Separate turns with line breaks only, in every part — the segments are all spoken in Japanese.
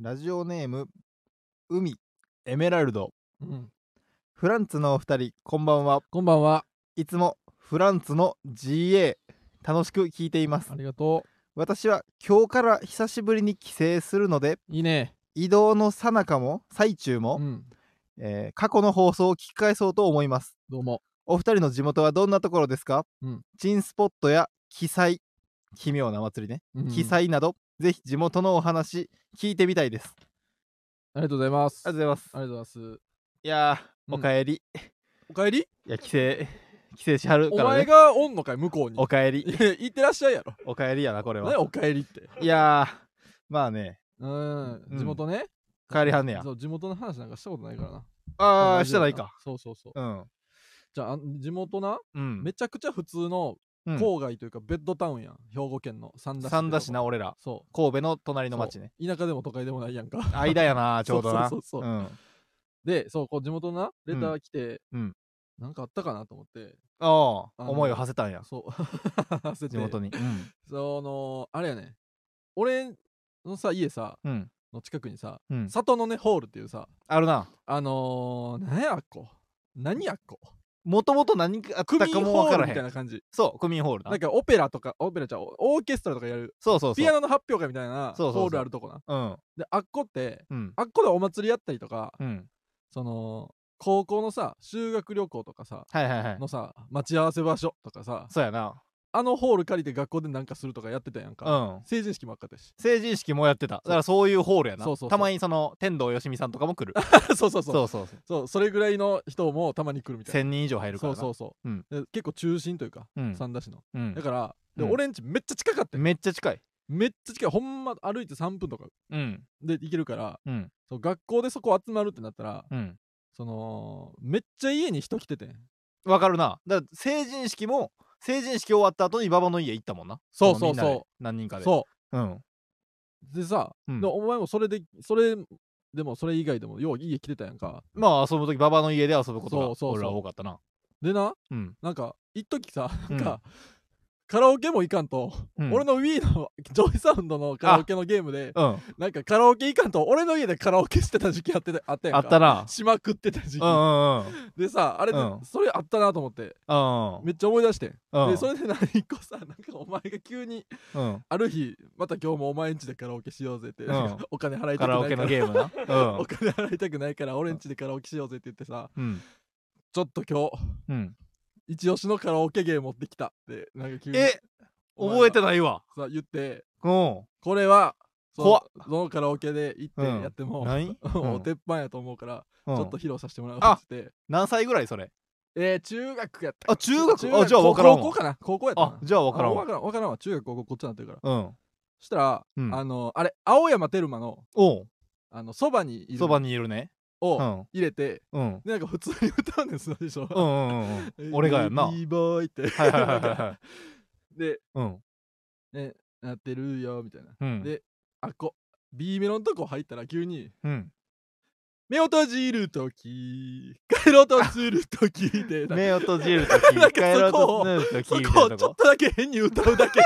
ラジオネーム海エメラルド
うん、
フランツのお二人こんばんは
こんばんは。
いつもフランツの GA 楽しく聞いています
ありがと
私は今日から久しぶりに帰省するので
う。いいね。
移動の最中も最中
う
も、
ん。
えー過去の放送を聞き返そうと思います
どうも。
お二人の地元はどんなところですか、
うん
珍スポットや奇祭奇妙な祭りね、
うん
奇祭などぜひ地元のお話聞いてみたいです
ありがとうございます。
ありがとうございます
ありがとうございます。
いやー
う
お
ん
かえり、
おかえり
いや帰省 帰省しはる
お
から
前
ね
がおんのかい向こうに。
おかえり
いや 行ってらっしゃいやろ。
おかえりやなこれ
何
は
おかえりって。
いやーまあね
うん。地元ね。
帰りはんねや
そう、地元の話なんかしたことないからな。
あ
同
あ
じ
して
よう
ないか。
そうそうそう。
うん
じゃあ、あん地元な、
うん
めちゃくちゃ普通の
うん
郊外というか、ベッドタウンやん。兵庫県の三田市。
三田市。な俺ら
そ
神戸の隣
う。
の町ね
そう。田舎でも都会でもないやんか。
間やなちょうどな
そうそうそうそう
うん
で、そう、こう地元のな、レター来て、
うんうん
なんかあったかなと思って、
ああ
あの
思いを馳せたんや
そう、 焦って
地元にうん
その、あれやね、俺のさ、家さ、
うん
の近くにさ、
うん
里のね、ホールっていうさ、
あるな
あのー、なんやっこ、何やっこ、
もともと何かあっ
区
た
民
かも
ホ
わか
ー
ら
ル
へ
みたい
ん
な感じ。
そう区民ホールな
なんかオペラとか、オペラちゃう、オーケストラとかやる、
そうそうそう
ピアノの発表会みたいな
そうそうそう
ホールあるとこな。
うん
で、あっこって、
うん
あっこでお祭りやったりとか、
うん
その、高校のさ、修学旅行とかさ、
はいはいはい
のさ、待ち合わせ場所とかさ、
そうやな
あのホール借りて学校でなんかするとかやってたやん
う
か。
ん
成人式もあったし
成人式もやってただからそういうホールやな
そうそうそう
たまにその天童よしみさんとかも来る
そうそうそうそ う
そうそうそう
それぐらいの人もたまに来るみたいな
1000人以上入るか
そ
ら
う
な
そうそう、
うん
で結構中心というか、
うん
三田市の
うん
だから、で
うん
俺んちめっちゃ近かったよ
めっちゃ近い
めっちゃ近いほんま歩いて3分とか
うん
で行けるから
うん
そう学校でそこ集まるってなったら、
うん
そのめっちゃ家に人来ててん
わかるなだから成人式も成人式終わった後に馬場の家行ったもんな
そうそ
のみ
うそう
んなで何人かで
そう
うん
うでさ、
うん
でお前もそれでそれでもそれ以外でもよう家来てたやんか
まあ遊ぶ時馬場の家で遊ぶことが
そうそうそう
俺ら多かったな
でな
うん
なんか一時さなん
う
か、カラオケも行かんと、
うん
俺の Wii のジョイサウンドのカラオケのゲームで
うん
なんかカラオケ行かんと俺の家でカラオケしてた時期あってたあったやん
あ
か
った な
しまくってた時期、
うんうんうん
でさあれ、
うん
それあったなと思って
うん
めっちゃ思い出してん、
うん
でそれで何個さなんかお前が急に
うん
ある日また今日もお前んちでカラオケしようぜって、
うん
お金払いた
カラオ
くないか
ケ
ら
のゲームな
お金払いたくないから俺んちでカラオケしようぜって言ってさ
うんうん
ちょっと今
うん
日一押しのカラオケゲー持ってきたってなんか急に
え
お前が
覚えてないわ
さ言って
うん
これはその
怖っ
そのカラオケで行って
うん
やっても、
何
お鉄板やと思うから、
うん
ちょっと披露させてもらう
あ
ってって
何歳ぐらいそれ
えー、中学やった
あ中学
中
あじゃあ分からんわ
高高校かな高校やった
あ
な
じゃあ分からん
あ
わ
分からん分からんわ中学高校こっちになってるから
うん
そしたら、
うん
あのあれ青山テルマの
おう
あのそばにいる
そばにいるねう
を
ん
入れて、
うん
でなんか普通に歌うんですよでしょ、
うんうんうんうん俺がやんなは
b
い
ボーイって
はいはいはいはい
で
うん
なってるよみたいな
うん
であこ B メロのとこ入ったら急に
うん
目を閉じるとき帰ろうとするときで
目を閉じるとき
なんか
帰ろうとするとき
そ
み
こ
たい
を
な
ち
と
ょっ
こと
だけ変に歌うだけ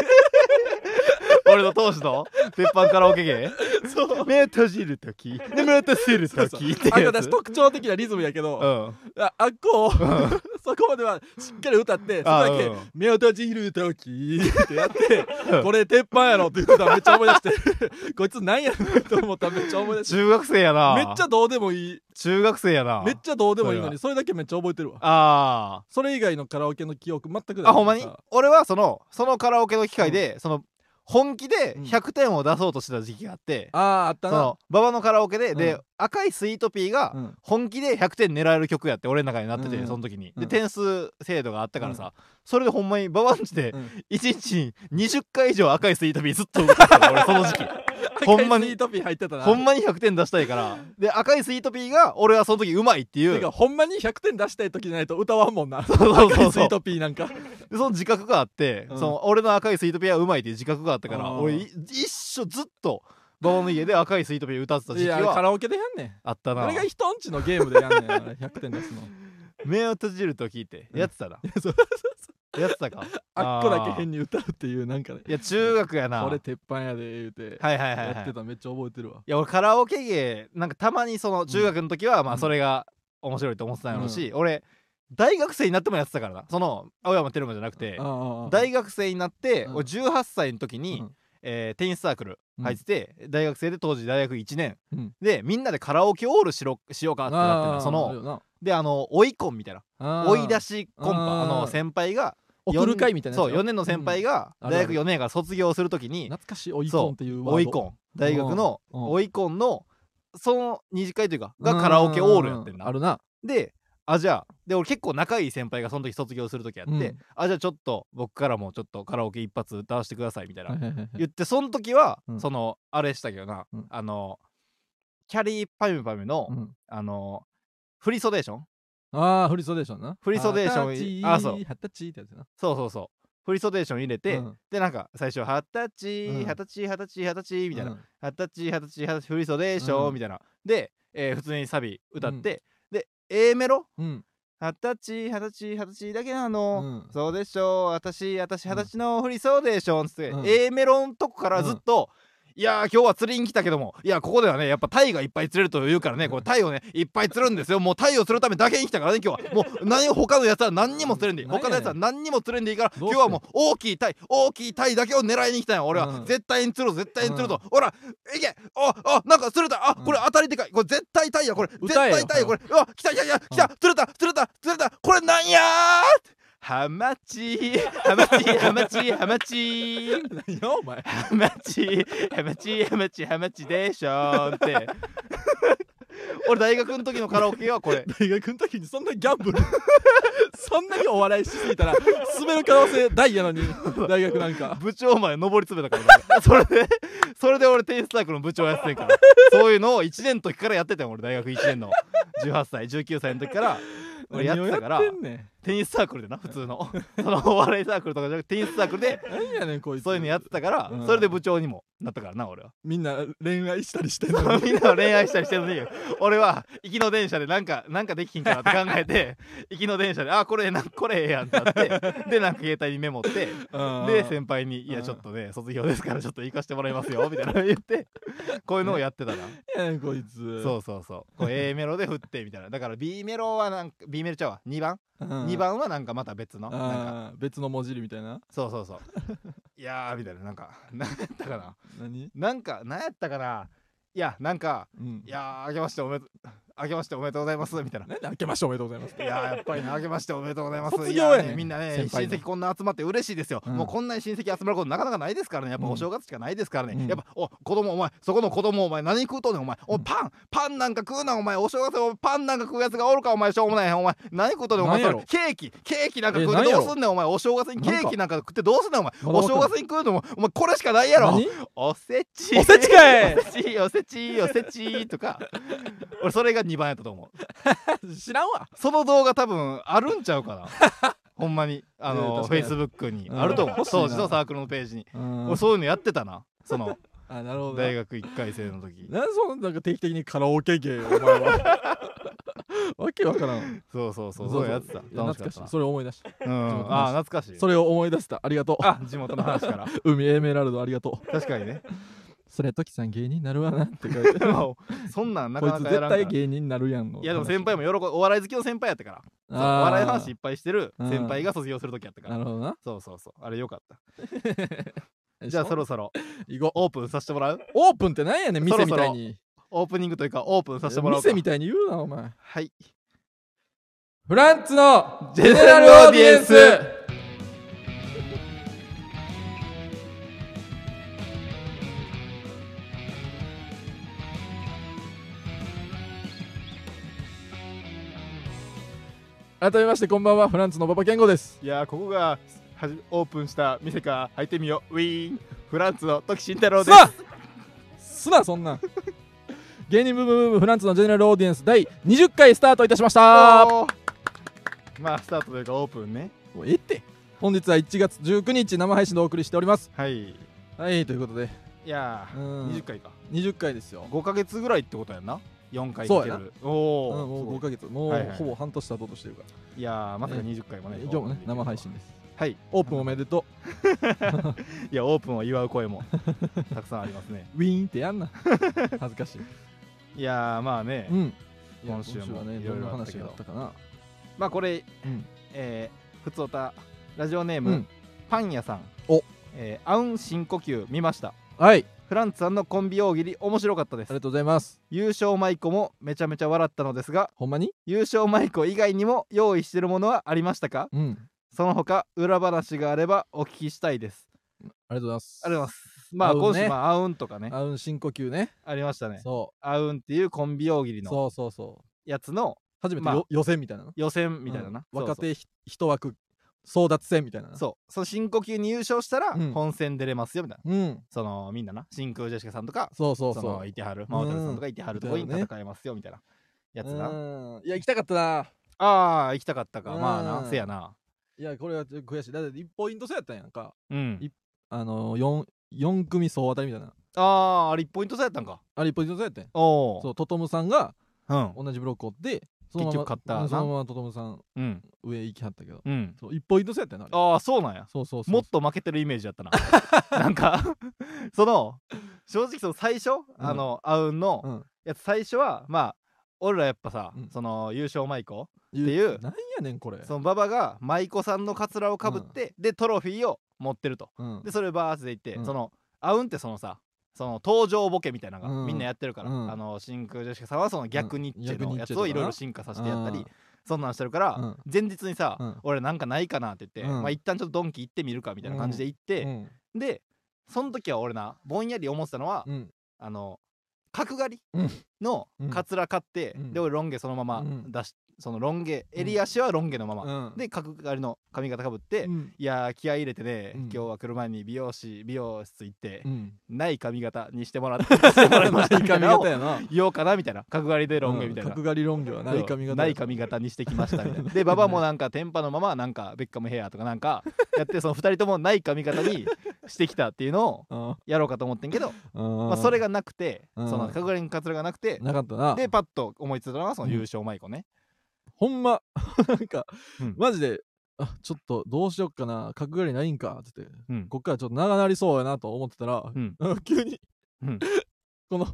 俺の当時の鉄板カラオケ芸
そう
目を閉じるとき目を閉じる
そう
と
そ
き
う
って
あ
やつ
私特徴的なリズムやけ
う
ど、
ん
ああっこを
うん
そこまではしっかり歌ってそこ
あ
だ
う
け
ん
目を閉じるとき ってやって
うん
これ鉄板やろって言ってたのめ っちゃ思い出して こいつなんやねんと思ったらめっちゃ思い出して
中学生やな
めっちゃどうでもいい
中学生やな
めっちゃどうでもいいのにそれだけめっちゃ覚えてるわ
あ
それ以外のカラオケの記憶全くない
ーあほんまに俺はそのそのカラオケの機会でその本気で
うん
100点を出そうとしてた時期があって
あああっ
そ
たな
の馬場のカラオケで
う
で
ん
赤いスイートピーが
うん
本気で100点狙える曲やって俺の中になってて、
うん
その時に、
う
で
ん
点数制度があったからさ、それでほんまにババンチ で
うん
1日に20回以上赤いスイートピーずっと歌ってたから俺その時 期ほんまに
赤いスイートピー入ってたな
ほんまに100点出したいからで赤いスイートピーが俺はその時うまいってい
て
う
かほんまに100点出したい時じゃないと歌わんもんな
そうそう
赤
そ
いうスイ
そう
ートピーなんか
でその自覚があって、
うん
その俺の赤いスイートピーはうまいっていう自覚があったから
あー
俺い一生ずっと馬場の家で赤いスイートピー歌ってた
い
時期
やカ
は
ラオケでやんねん
あった
こ
な
れが人んちのゲームでやんねんあれ100点出すの
目を閉じる時ってやってたな、
そう
やってたか
あっこだけ変
に
に歌うっていうなんかね
いや中学やな
こ
は
れ
い
鉄板やで言うて
はいはい、はい、
やってためっちゃ覚えてるわ
いや俺カラオケ芸なんかたまにその中学の時はまあそれが面白いと思ってたのし、俺大学生になってもやってたからなその青山テルマじゃなくて大
学
学生になって、
うん
俺18歳の時に、
うん
えーテニスサークル入ってて、大学生で当時大学1年、
うん
でみんなでカラオケオールしろしようかってなってるのそのであの追いコンみたいな追い出
し
しコン
あ
パあ
ー
の先輩が
送る会みたいなやつ
そう4年の先輩が
うんあるあ
大
る
学4年から卒業する時に
懐かしい追いコンっていうワード
追いコン大学の
うん
追いコンのその二次会というかがカラオケオールやってん
うあ
な
るな
であじゃあで俺結構仲いい先輩がその時卒業する時やって、
うん
あじゃあちょっと僕からもちょっとカラオケ一発歌わせてくださいみたいな、
はいはいはいはい
言ってその時は、
うん
そのあれしたけどな、
うん
あのキャリーパミュパミュの、
うん
あのフリソデーション
ああフリーソデーションな
フリーソデーション
あ
あ
そ
そうう
二十歳ってやつな
そうそうそうフリソデーション入れて、
うん
でなんか最初「二十
う
歳
ん
二十歳二十歳二十歳」みたいな
うん
「二十歳二十歳二十歳フリソデーショ
う
ン」
ん
みたいなで、えー普通にサビ歌って、で A メロ
うん
二十歳二十歳二十歳だけな
う
の、
ん
そうでしょう私私
うん
二十歳のフリソデーション」つって、
うん
A メロのとこからずっと「いやー今日は釣りに来たけどもいやここではねやっぱタイがいっぱい釣れるというからねこれタイをねいっぱい釣るんですよもうタイを釣るためだけに来たからね今日 はもう何他のやつは何にも釣れんでいい
何やね
他
ん
のやつは何にも釣れんでいいから
どう
今
して
日はもう大きいタイ大きいタイだけを狙いに来たんや俺は、
うん
絶対に釣ろう絶対に釣ると、ほらいけああなんか釣れたあ
うん
これ当たりでかいこれ絶対タイやこれ絶
歌えよ
対タイやこれうわ来た来た来た来た釣れた釣れた釣れたこれなんやーハマチハマチハマチハマチ
何やお前
ハマチハマチハマチハマチでしょーんって俺大学の時のカラオケはこれ
大学の時にそんなギャンブル そんなにお笑いしすぎたら滑る可能性大や のに大学なんか
部長まで上り詰めたからねそれでそれで俺テニスサークルの部長やってんからそういうのを1年の時からやってたよ俺大学1年の18歳19歳の時から俺やってたから
何をやってんねん
テニスサークルでな普通の そのお笑いサークルとかじゃなくてテニスサークルで
何やねんこいつ
そういうのやってたから、
うん
それで部長にもなったからな俺は
みんな恋愛したりしてんのに
みんなは恋愛したりしてるのに俺は行きの電車でなんかなんかできひんかなって考え て行きの電車であこれなんこれええやんってなってでなんか携帯にメモってで先輩に「いや
うん
ちょっとね卒業ですからちょっと行かしてもらいますよ」みたいなの言ってこういうのをやってたな
何やねんこいつ
そうそうそうこう A メロで振ってみたいなだから B メロはなんか B メロちゃうわ2番
うん
2番はなんかまた別の
あ
なんか
ー別の文字りみたいな
そうそうそう いやーみたいななんか何やったかな
何
なんか何やったかないやなんか
うん
「いやー明けましておめで とう明けましておめでとうございます」みたいな
なんで明けましておめでとうございます
いやーやっぱりね明けましておめでとうございます
卒業やねん
いーみんなね親
先輩の
戚こんな集まって嬉しいですよ、
うん
もうこんなに親戚集まることなかなかないですからねやっぱ
うん
お正月しかないですからね、
うん
やっぱお子供お前そこの子供お前何食うとんねんお前おパンパンなんか食うなお前お正月おパンなんか食うやつがおるかお前しょうもないやんお前何食うとんねんお前そ
なんやろ
れケーキケーキなんか
え
食う
なん
て
や
ど
ろ
うすんねんお前お正月にケーキなんか食ってどうすんねんお前
まだわ
お
かんない
正月に食うのもお前これしかないやろ
何
おせち
おせちかい
おせちおせちおせちとか俺それが2番やったと思う
知らんわ
その動画多分あるんちゃうかな ほんまにあの、
ね
フェイ
確
スブックに
うん
あると思う
欲しいな
当時のサークルのページに、
うん
俺そういうのやってたなその
あなるほどな
大学1回生の時
なんでそんななんか定期的にカラオケ芸お前は わけわからん
そうそうそうそうやってた
いや
楽しかっ
懐か
た
し
ない
それを思い出した
うんあー懐かしい
それを思い出したありがとう
あ地元の話から
海エメラルドありがとう
確かにね
それ時さん芸人になるわなって書いて
でもそんなんな
こい
か
つ
なかやら
絶
んから
対芸人になるやんの
いやでも先輩も喜ぶお笑い好きの先輩やったから
あ
そ
ー
うお笑いの話いっぱいしてる先輩が卒業する時やったか
な
ら
るほどな
そうそうそうあれよかったじゃあそろそろ
行こう
オープンさせてもらう
オープンってなんやねん店みたいに
オープニングというかオープンさせてもらおうか
店みたいに言うなお前
はい
フランツの
ジェネラルオーディエンス
改めましてこんばんはフランツの馬場健吾です
いやーここがはじオープンした店か入ってみようウィーンフランツの時慎太郎です
なすなそんなん芸人ブームブームフランツのジェネラルオーディエンス第20回スタートいたしました
おーまあスタートというかオープンね
もうええって本日は1月19日生配信でお送りしております
はいい
はいということで
やー、
うん
20回か
20回ですよ、
5か月ぐらいってことやんな4回いけ
そうや
るお
うん、
ー
も
す
う
ごい
5ヶ月も
はいは
う
い
ほぼ半年経とうとしてるか
いやーまさか20回も
ら、
ね
今日もね生配信です
はい
オープンおめでと
いやオープンを祝う声 もたくさんありますね
うウィーンっ てやんな恥ずかしい
いやーまあね、
うんいや
今週も
はね
い
ど
ろい
んな
ろあった
話
けど
があったかな
まあこれ、
うん
えー、ふつおたラジオネーム、
うん
パン屋さん
お
えー、アウン深呼吸見ました
はい
フランツさんのコンビ大喜利面白かったで
あり
す
がとうございます
優勝舞子もめちゃめちゃ笑ったのですが
ほんまに
優勝舞子以外にも用意してるものはありましたか
うん
その他裏話があればお聞きしたいです
ありがとうございます
ありがとうございますまあ
あうんね
今週まあアウンとかね
あうん深呼吸ね
ありましたね
そ
アウンっていうコンビ大喜利
う
の
そうそうそう
やつの
初めて
まあ
よ予選みたいなの
予選みたいなな、
う
そ
ん
うそう
若手ひ一枠争奪戦みたいな
そうその深呼吸に優勝したら
うん
本戦出れますよみたいな、
ううん
そのみんなな真空ジェシカさんとか
そうそう
そ
そ
の
う
いてはるマオタルさんとかいてはるとこに
いたよね
戦えますよみたいなやつな、
うんいや行きたかったな
ああ行きたかったか、まあ
う
なんせやない
やこれはちょっと悔しいだって1ポイント差やったんやんか
うん
いあの 4, 四組総当たりみたいな
あああれ1ポイント差やったんか
あれ1ポイント差やったんや
おお
そうトトムさんが
うん
同じブロックを追ってそのまま
結局勝ったな
うんそのままトトムさん
うん
上行きはったけど
うん
そう1ポイント差やったんやなあれ
ああそうなんや
そうそうそう
もっと負けてるイメージやったな なんか その正直その最初、あのアウンの
うん
やつ最初はまあ俺らやっぱさ、
うん
その優勝舞子
言
っていう
なんやねんこれ
その馬場が舞妓さんのカツラをかぶって、でトロフィーを持ってると
うん
でそれをバースで行って、
うん
そのアウンってそのさその登場ボケみたいなの
う
が
ん
みんなやってるから、
うん
あの真空ジェシカさんはその逆ニッチェ
うん逆ニ
の
ッ
や
チェ
つ
と
を
かない
ろいろ進化させてやったり、
うん
そんなんしてるから、
うん
前日にさ、
うん
俺なんかないかなって言って、
うん
まあ一旦ちょっとドンキ行ってみるかみたいな感じで行って
う、ん
でその時は俺なぼんやり思ってたのは、
うん
あの角刈り
うん
の
うん
カツラ買って、
うん
で俺ロン毛そのまま
うん
出し、そのロン毛襟足はロン毛のまま、
うん
で角刈りの髪型かぶって、
うん
いやー気合い入れてね、
うん
今日は来る前に美容師美容室行って
う、 ん
ない髪型にしても らってしてもらいました
ない
みたい
髪
なのを
型やな
言おうかなみたいな角刈りでロン毛
うん
みたいな、
角刈りロン毛はない髪型
ない髪型にしてきましたみたいな で馬場もなんかテンパのままなんかベッカムヘアとかなんかやってその2人ともない髪型にしてきたっていうのを
ま
やろうかと思ってんけど、ま
あ
あ、それがなくて、
うん
その角刈りのカツラがなくて、
なかったな
でパッと思いついたのがその優勝舞子ね、
ほんま なんか、
うん
マジであちょっとどうしよっかな角刈りないんかってって
うん
こっからちょっと長なりそうやなと思ってたら、
ん
なんか急に、
うん
この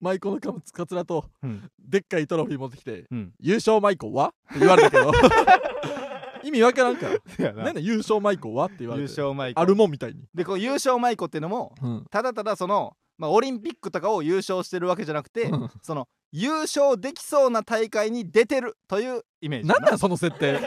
舞妓のかむかつらと
うん
でっかいトロフィー持ってきて
うん
「優勝舞妓は?」って言われたけ ど意味わからんから
せやな
なんで優勝舞妓はって言わ
優
れて
勝舞子
あるもんみたいに、
でこう優勝舞子っていうのも
うん
ただただその、まあ、オリンピックとかを優勝してるわけじゃなくて、
うん
その優勝できそうな大会に出てるというイメージ
なんなんその 設定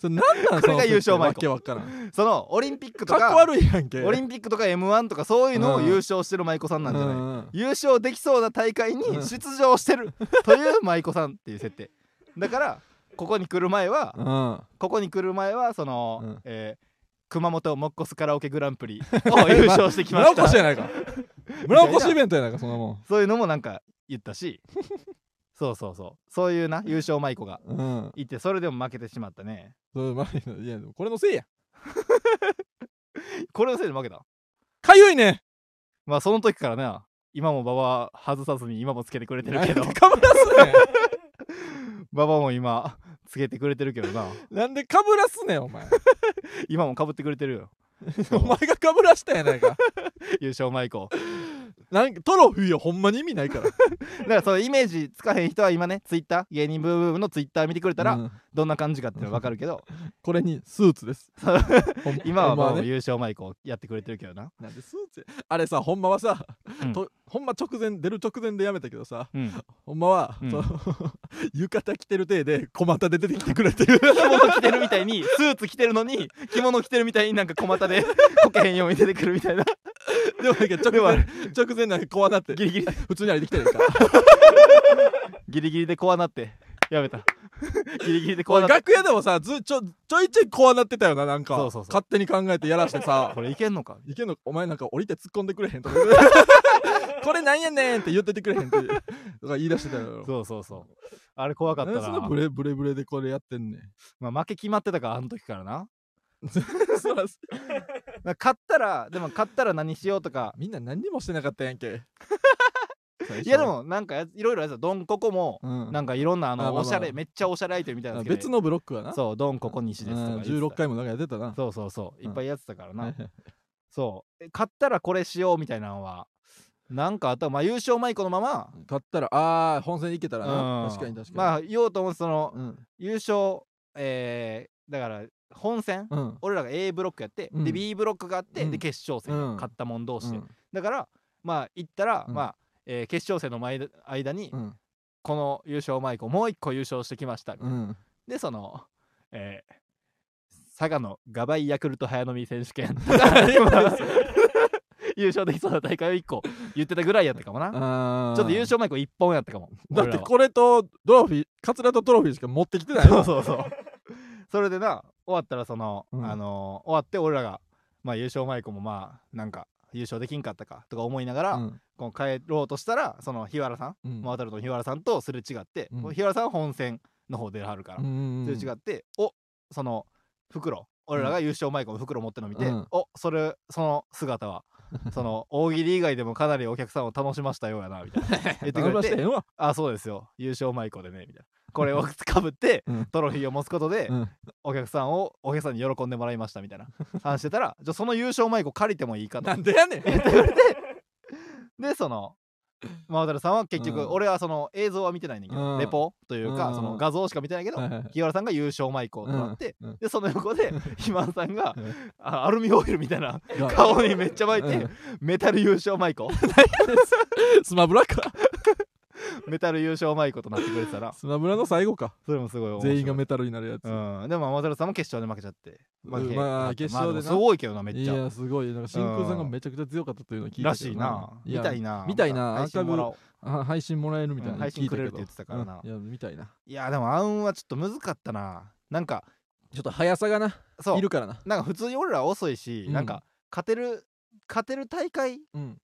それなんな
こ
んそ
れ
の
が優
設定
勝舞妓
わけわからん
そのオリンピックと
かっ
か
こ悪いやんけ
オリンピックとか m 1とかそういうのを
うん
優勝してる舞妓さんなんじゃない、
うんうん
優勝できそうな大会に
うん
出場してるという舞妓さんっていう設定だからここに来る前は
うん
ここに来る前はその、
うん
えー熊本モッコスカラオケグランプリ を優勝してきま
村
し
おこ
た
し やないか村おこしイベントやないかそんなもん
そういうのもなんか言った しそうそうそうそういうな優勝舞子が
うん
いてそれでも負けてしまったね
そうまあいやでもこれのせいや
これのせいで負けた
かゆいね
まあその時からな今も馬場は外さずに今もつけてくれてるけど
なんで かぶらすね
馬場も今つけてくれてるけどなん
なんでかぶらすねんお前
今もかぶってくれてる よ
お前がかぶらしたやな いか
優勝舞子
なんかトロフィーはほんまに意味ない から
だからそのイメージつかへん人は今ねツイッター芸人ブームブームのツイッター見てくれたら、
うん
どんな感じかっていうの分かるけ ど
これにスー ツですほん
今は
ほんま
もう
ね
優勝舞子やってくれてるけどな、
なんでスーツやあれさほんまはさ、
うん
とほんま直前出る直前でやめたけどさ
うん、
ほんまは、
うん
その 浴衣着てる体で小股で出てきてくれ てる
着物着てるみたいにスーツ着てるのに着物着てるみたいになんか小股でこけへんように出てくるみたいな
でもなんか直
でもあ
前直前なんか小股って
ギリギリ
普通に歩いてきて るから
ギリギリで怖なってやめたギリギリで
こ
怖
れ
なって
楽屋でもさずちょちょいちょいこうなってたよななんか
そうそうそう
勝手に考えてやらしてさ
これいけんのか
いけんのお前なんか降りて突っ込んでくれへんとか これなんやねんって言っててくれへんってとか言い出してたよ
そうそうそうあれ怖かった
なんでそんな
な
ブレブレブレでこれやってんねん
まあ負け決まってたからあの時からな
そら
勝ったらでも勝ったら何しようとか
みんな何にもしてなかったやんけ最初
いやでもなんかやいろいろやつだドンココも
うん
なんかいろんなあ
あまあ
の
まあ
おしゃれめっちゃおしゃれアイテムみたいな
あ
のつけて
別のブロックはなう
そうドンココ西ですとか言
ん
ってた
16回もなんかやってたな
そうそうそういっぱいやってたから
は
ない
はい
そうえ買ったらこれしようみたいなのはなんかあったまあ優勝舞子のまま
買ったらああ本戦に行けたら
う
なん確かに確かに
まあ言おうと思ってその
うん
優勝えーだから本戦
うん
俺らが A ブロックやって、
うん
で B ブロックがあって、
うん
で決勝戦、
うん
勝ったもん同士で、
うん
だからまあ行ったら、
うん
まあ、えー決勝戦の前だ間に、
うん
この優勝マイコもう一個優勝してきました、
うん
でその、えー佐賀のガバイヤクルト早飲み選手 権 優勝できそうな大会を一個言ってたぐらいやったかもな、ち
あー
ょっと優勝マイコ一本やったかも
だってこれとドロフィーカツラとトロフィーしか持ってきてない
そうそうそう。それでな終わったらその、
うん
あのー終わって俺らが、まあ、優勝マイコもまあなんか優勝できんかったかとか思いながら、
うん
こう帰ろうとしたらその日原さん、
うん
渡ると日原さんとすれ違って、
うん
日原さんは本戦の方出はるから、
うん
すれ違っておその袋俺らが優勝マイコの袋持ってるの見て、
うん
おそれその姿 はその大喜利以外でもかなりお客さんを楽しましたようやなみたいな言って
頼み
く
ま
れ
してたよわ
あそうですよ優勝舞子でねみたいなこれをかぶって、
うん
トロフィーを持つことで、
うん
お客さんをお客さんに喜んでもらいましたみたいな話してたらじゃあその優勝舞子借りてもいいかと
なんでやねん
でその真渡さんは結局、
うん
俺はその映像は見てないねんだけど、
うん
レポというか、
うん
その画像しか見てないけど、
はいはいはい
日原さんが優勝舞子となって、
うんうん
でその横 で肥満さんが
うん
あアルミホイルみたいな
が
顔にめっちゃ巻いて、
うん
メタル優勝舞子
スマブラか
メタル優勝舞子となってくれてたら
スマブラの最後か
それもすごい面白い
全員がメタルになるやつ
うん、でも天ルさんも決勝で負けちゃって、
うん
へ
まあ決勝でな
もすごいけどなめっ
い
ちゃ
やすごいなんか真空さんがめちゃくちゃ強かったというのを聞いた
ら
け
し
ど
いなみ
や
たいな
見たいな
配信もらおう
あ配信もらえるみたいな
うん
の聞い
配信く
たけど
れるって言ってたからな
うんいやみたいない
やでもあんはちょっと難かったななんか
ちょっと速さがな
そう
いるからな
なんか普通に俺ら遅いし、
うん
なんか勝てる勝てる大会
うん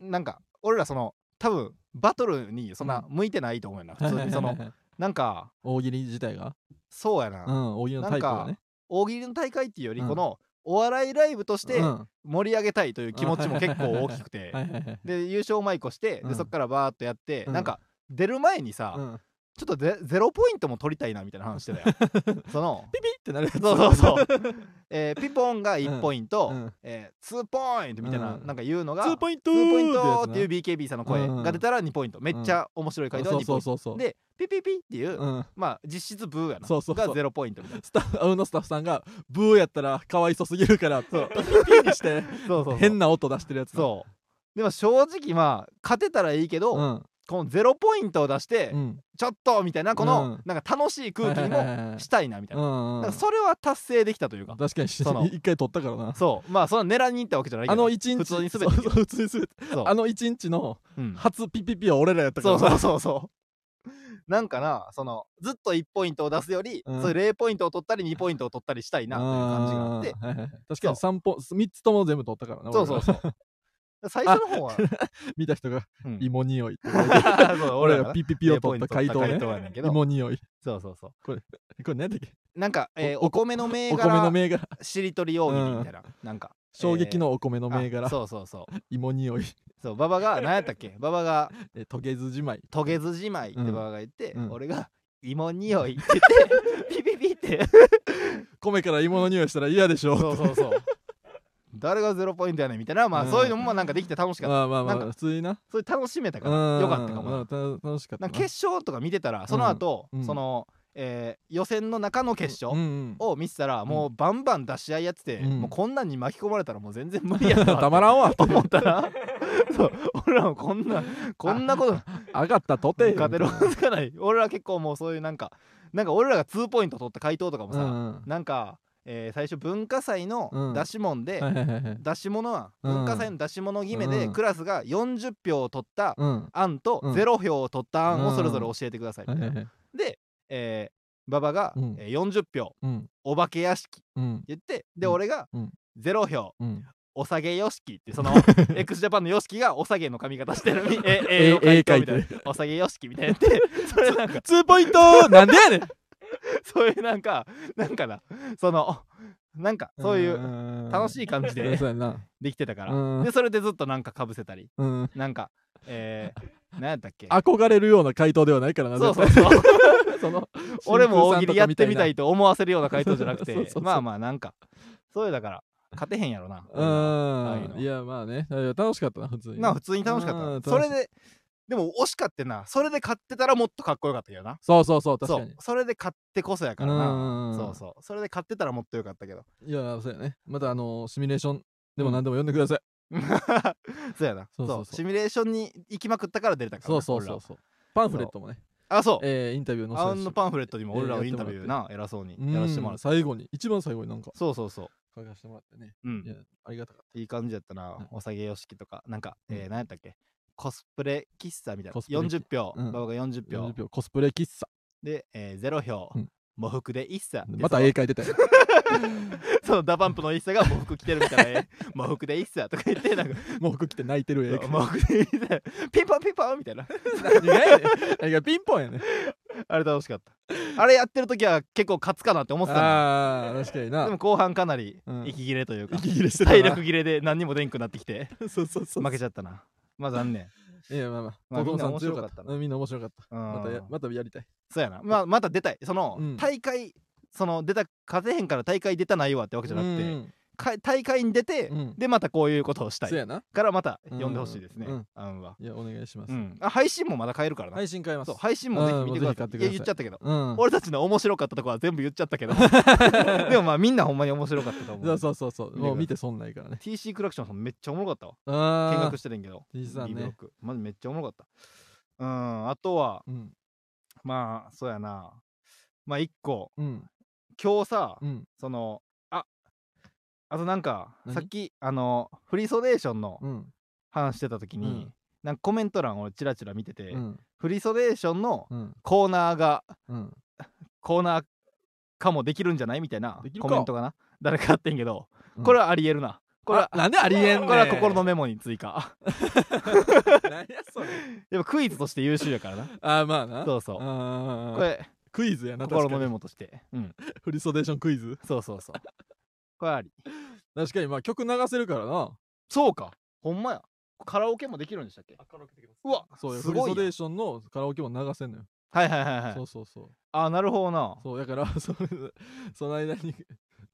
なんか俺らその多分バトルにそんな
う
向いてないと思うよ な、普通にそのなんか
大喜利自体が
そうやな、
うん大喜利のタイプがね
大喜利の大会っていうより
うん
このお笑いライブとして
うん
盛り上げたいという気持ちも結構大きくて、
はいはいはい
で優勝舞子して、
うん
でそっからバーっとやって、
うん
なんか出る前にさ、
うん
ちょっとゼゼロポイントも取りたいなみたいな話してたよ その
ピピってなるやつ
そうそう そう、えーピポンが1ポイント、
うん
えー、2ポイントみたいな、
うん
なんか言うのが
2ポイント
ツーポイン
やつ
ト
な
っていう BKB さんの声が出たら2ポイント、めっちゃ面白い回答は
そう
2ポ
そ
イ
う
ント、
そうそう
でピピピっていう、
うん
まあ実質ブーやな
そうそうそう
が0ポイントみたいな
スタッフあのスタッフさんがブーやったらかわいそすぎるからピ
そう
ピピにし
そ
て
うそうそう
変な音出してるやつな
そうでも正直まあ勝てたらいいけど、
うん
この0ポイントを出して、
うん
ちょっとみたいなこの、
うん
なんか楽しい空気に
はいはいはいは
も
い
したいなみたいな,、
うんうん
なんかそれは達成できたというか
確かにし
その
一回取ったからな
そうまあその狙いに行ったわけじゃないけ
あ
ど
の一日
普通に
そ
滑
う
っ
そ
て
う普通に滑って
そう
あの一日の
うん
初ピピピは俺らやったか
そ
ら
うそうそうそう なんかなそのずっと1ポイントを出すより、
うん
そういう0ポイントを取ったり2ポイントを取ったりしたいなという感じがあって
あーはいはい確かに三本三つとも全部取ったからな
そうそう
俺
そう最初の方は、
ら見た人が
うん
芋匂いって
そう
俺
ら
ら
が
が
ね
ピピピを取った回
0
答
ポイン
ね
トやねんけど
芋匂い
そうそうそう
これ何だっけ
なんか、えー
お
お米の銘
お米の
柄
銘柄
しりとり大喜利みたいな、なんか
衝撃のお米の銘
あ
柄
そうそうそう
芋匂い
そう馬場が何やったっけ馬場が
えートゲずじまい
「とげずじまい」って
うん
馬場が言って、
うん
俺が「芋匂い」って言 ってピピピって
米から芋の匂いしたら嫌でしょ
そうそうそう誰がゼロポイントやねんみたいなまあ、
うん
そういうのもまあなんかできて楽しかった
まあまあま
なん
あ普通にな
それ楽しめたから
うん
よかったかもな
うんた楽しかった
なんか決勝とか見てたらその後、
うんうん
その、えー予選の中の決
うん
勝
うん
を見てたら、もうバンバン出し合いやってて、
うん
もうこんなんに巻き込まれたらもう全然無理やな
たまらんわ
と思ったら そう俺らもこんなこんなこと
上がったとて
勝てるはずがない俺ら結構もうそういうなんかなんか俺らが2ポイント取った回答とかも
う
さ、
んうん
なんか、えー最初文化祭の出し物で、
はいはいはいはい
出し物は
うん
文化祭の出し物決めで、
うん
クラスが40票を取った
うん
案と
うん
0票を取った案を
うん
それぞれ教えてくださいみ
は
た
い
い
は
な、
いはい
で、えー、馬場が、
うん
えー40票
うん
お化け屋敷
うん
言ってで、
うん
俺が
うん
0票
うん
お下げよしきってその x ジャパンのよしきがお下げの髪型してるみえ
え
ええ
絵描い
みたいな
て
お下げよしきみたいなやっ てそれなんか
ツーポイントなんでやねん
そういうなんかなんかなそのなんかそういう
う
楽しい感じで
そうやな
できてたか
う
ら
ん
でそれでずっとなんかかぶせたり
うん
なんかえ ー、何やったっ け
憧れるような回答ではないからな
そうそう
絶
そう
対その
俺も大喜利やってみた
い
いと思わせるような回答じゃなく
そうそう
て
そうそう
まあまあなんかそういうだから勝てへんやろな
う
ああいうの
んいやまあねいや楽しかったな普通に
な普通に楽しか
う
っ
ん
たそれででも惜しかってなそれで勝ってたらもっとかっこよかったけどな
そうそうそう確
そ
かに
うそれで勝ってこそやからな
な
そうそうそれで勝ってたらもっとよかったけど
ういやそうやねまたあのシミュレーションでも何でも読んでください
そうやな
そうそうそう
シミュレーションに行きまくったから出れたから
そ
な
うそう
俺
そ
ら
う
は
そうパンフレットもね
あそう
えーインタビューの
あのパンフレットにも俺らの
ええ
インタビューな偉そうにやらせてもらって
最後に一番最後になんか
そうそうそう
書かせてもらってね
うん
いやありがたかっ
いい感じやったな、
うん
おさげよしきとか、なんか、
うん
えー、何やったっけ、コスプレ喫茶みたいな、
コスプレ喫茶
40票、
うん
馬場が40
た
票、
40秒コスプレ喫茶
で、えー、0票、
うん
喪服で一茶、
また
で
英会出た よ
そのそのダパンプの一茶が喪服着てるみたいな、えー喪服で一茶とか言って、なん か、
もう服着て泣いてる英会
喪服で一茶、ピンポンピンポンみたいな、
何がやねん何がピンポンやねん
あれ楽しかった。あれやってる時は結構勝つかなって思ってたの
ああ確かにな
でも後半かなり
うん
息切れというか、
息切れしてたな
体力切れで何にもでんくなってきて、
そうそうそう
負けちゃったな。まあ残念。
いやまあまあ、
まあ
トトンさん
みんな面
強
白
か
か
っ
ったたな
うんみんな面白かった
うん
またやまたやりたい
そうやな、まあ、また出たいその、
うん
大会その出た勝てへんから大会出たないわってわけじゃなくて、
うん
か大会に出て、
うん
でまたこういうことをした
そう
い
やな
からまた呼んでほしいですね、
うんうん
あんは、
いやお願いしま
う
す
ん、あ配信もまだ買えるからな、
配信変えます
そう配信もぜひ見てください,、
うんもうぜひ買ってく
い
ださ
や
い
言っちゃったけど、
うん
俺たちの面白かったとこは全部言っちゃった けどでもまあみんなほんまに面白かったと思
そううそうそうそう
見てください
もう見て損ないからね
TC クラクションさんめっちゃおもろかったわ見
あ
学してるんやけど
TC さんね
B ブロックまずめっちゃおもろかったうんあとは
あうん
まあそうやなまあ一個
うん
今日さ、
うん
そのああとなんか
何
さっきあのフリーソデーションの
うん
話してた時に、
うん
なんかコメント欄をチラチラ見てて、
うん
フリーソデーションの
うん
コーナーが
うん
コーナーかもできるんじゃないみたいな
できるか
コメントがな誰かあってんけど、
うん
これはありえるなこれは
あなんでありえんねん
これは心のメモに追加
何やそれ
やっぱクイズとして優秀やからな
あーまあな
そうそう
あー
これ
クイズやな
心
確
の
か
メ
に
モとしてうん
フリソデーションクイズ
そうそうそうこれあり
確かにまあ曲流せるからな
そうかほんまやカラオケもできるんでしたっけうわ
そうや
す
フリ
ごいや
ソ
ん
デーションのカラオケも流せんのよ
はいはいはいはい
そうそうそう
あなるほどな
そうだから それその間に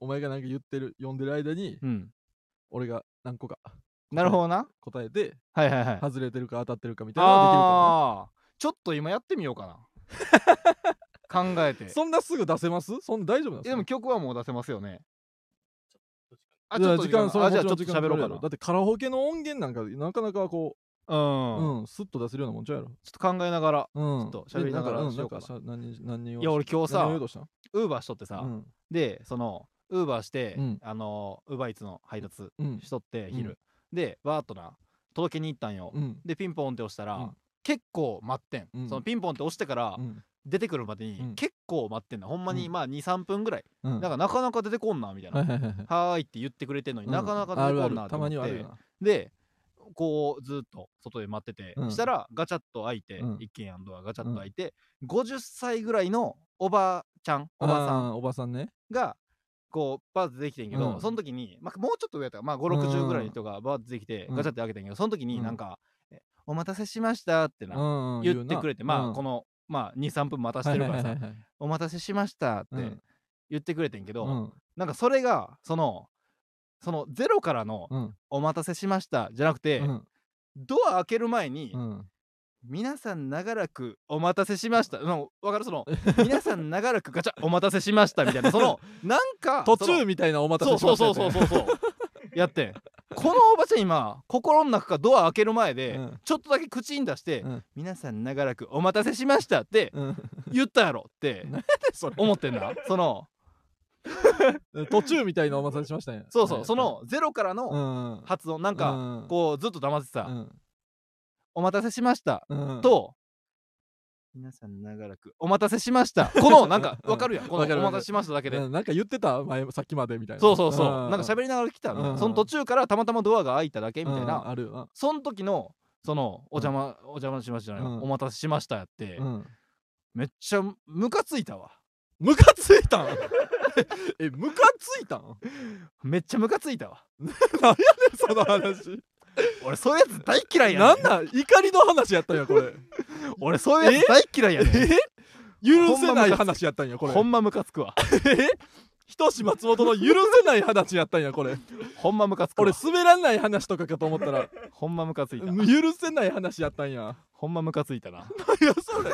お前がなんか言ってる読んでる間に
うん
俺が何個か
なるほどな
答えて
はいはいはい
外れてるか当たってるかみたいなのができるか
ああちょっと今やってみよう かな考えて
らなそんなすぐ出せますそんな大丈夫なん
え
です
で
か
も曲はもう出せますよねあ
い
ち
や
ょっと
時間それ
あじゃあちょ
も
っと
ちろん
喋ろ
時間
うか
取れる
な
やだってカラオケの音源なんかなかなかこう
うん、
うんスッと出せるようなもんちゃうやろ
ちょっと考えながら
うん
ちょっと喋りながら
えんかうん
し
な
よう
ん
か
か
な
しゃ何何を
いや俺今日さ
何を言おうとしたん
ウーバーしとってさ、
うん
でそのウーバーして、
うん
あのウーバーイーツの配達
うん
しとって
ん
昼、でバーっとな届けに行ったんよ、
うん
でピンポンって押したら、
うん
結構待ってん、
うん
そのピンポンって押してから
うん
出てくるまで
う
に
ん
結構待ってんな、ほんまに
うん
まあ23分ぐらい、
うん
なんかなかなか出てこんなみたいな、
はいはいはいは
は
い
ーいって言ってくれてんのに、なかなか出
あ
て
る
こ
あ
ん
る
なと
た
思
ま
って
にはあるよな
でこうずっと外で待ってて、
うん
したらガチャッと開いて、
うん
一軒家のドアガチャッと開いて、50歳ぐらいのおばちゃんお
お
ば
ば
さ
さ
ん
んおばさんね
がこうバーッてできてんけど、
うん
その時に、まあ、もうちょっと上やったら、まあ、560ぐらいの人がバーッてできて、
うん
ガチャッて開けてんけどその時に
うん
なんか、えお待たせしました」ってな、
うんうん
言ってくれて、まあ、
うん
この、まあ、23分待たしてるからさ「
はいはいはいはい
お待たせしました」っ
う
て
ん
言ってくれてんけど、
うん
なんかそれがそのそのゼロからの
うん
「お待たせしました」じゃなくて、
うん
ドア開ける前に、
うん
皆さん長らくお待たせしました」の分かるそ の「皆さん長らくガチャお待たせしました」みたいなそのなんか
途
その
中みたいなお待
そ
たせ
う
し
そ
ま
う
した
そうそ
よね
うそうそうやってんこのおばちゃん今心の中かドア開ける前で、
うん
ちょっとだけ口に出して、
うん
皆さん長らくお待たせしましたって
うん
言ったやろって
何それ
思ってんだ その
途中みたいなお待たせしましたね
そうそうそのゼロからの
うん
発音なんか
か
こうずっと黙ってさ、
うん
お待たせしました
うん
と、皆さん長らくお待たせしましたこのなんか
うん
わかるやんこのお
わかるわ
待
か
た
る
せしましただけで
うんなんか言ってた前さっきまでみたいな
そうそうそうなんか
り
喋りながら来たの
うん
その途中からたまたまドアが開いただけみたいな
あるよな
その時のそのお邪魔お邪魔しましたじゃない
うん
お待たせしましたやって
うん
めっちゃムカついたわ
ムカついたん えムカついた ん
めっちゃムカついたわ
その話
俺そういうやつ大嫌いや
な
ね
ん
ん
なん怒りの話やったんやこ れ
俺そういうやつ大嫌いやねん
え許せない話やった んやこれ
ほんまムカつくわ
人志松本の許せない話やったん やこれ
ほんまムカつくわ
俺滑らない話とかかと思 ったら
ほんまムカついた
許せない話やったんや
ほんまムカついたな
いやそれ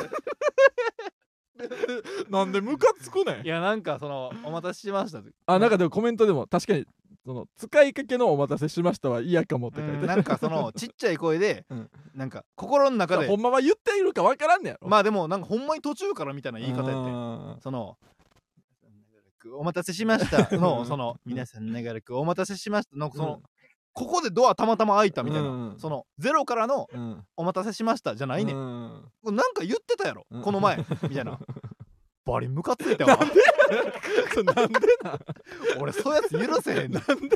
なんでムカつくねん
いやなんかそのお待たせしましたって
あなんかでもコメントでも確かにその使いかけのお待たせしましたは嫌かもって書いてある
なんかそのちっちゃい声で
うん
なんか心の中で
ほんまは言っているかわからんねやろ、
まあでもなんかほんまに途中からみたいな言い方やって
やっ
そのお待たせしま した
うん
のその皆さん長らくお待たせしましたのそ
うん
のここでドアたまたま開いたみたい
うんう
なんそのゼロからの
てうん
お待たせしましたじゃないね
うんん
なんか言ってたやろ
うん
この前みたいなバリムカつい たわ
それなんでな
俺そういうやつ許せへんねん
そんな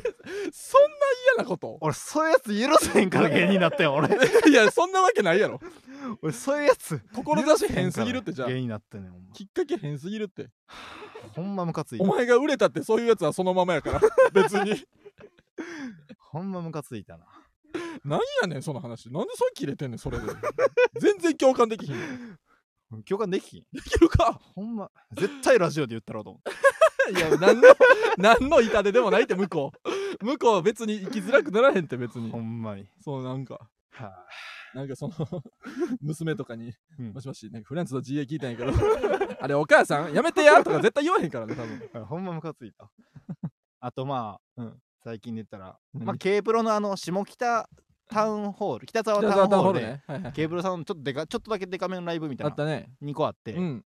嫌なこと
俺そういうやつ許せへんから芸人になったよ俺
いやそんなわけないやろ
俺そういうやつ
志変すぎるってじゃあ
芸人になってんねんほんま
きっかけ変すぎるって
ほんまムカついた
お前が売れたってそういうやつはそのままやから 別に
ほんまムカついたな
何やねんその話なんでそれ切れてんねんそれで全然共感できひんで
共感できひん
きるか
ほんま絶対ラジオで言ったろうと思って
いや何の何の痛手でもないって向こう向こうは別に生きづらくならへんって別に
ほんまに
そうなんか
はあ
なんかその娘とかに
う
「
ん
もしもしなんかフランスの GA 聞いたんやけどあれお母さんやめてや」とか絶対言わへんからね多分
あほんまムカついた。あとまあ、
うん
最近で言ったら、
何
まあ、K プロのあの下北タウンホール、北沢
じゃあ
タウン
ダウン
ホ
ホ
ール
ール
で、
ねはいはい
K プロさんのちょっとでかちょっとだけデカめのライブみた
あ
い
った
な
ね
2個あって、
うん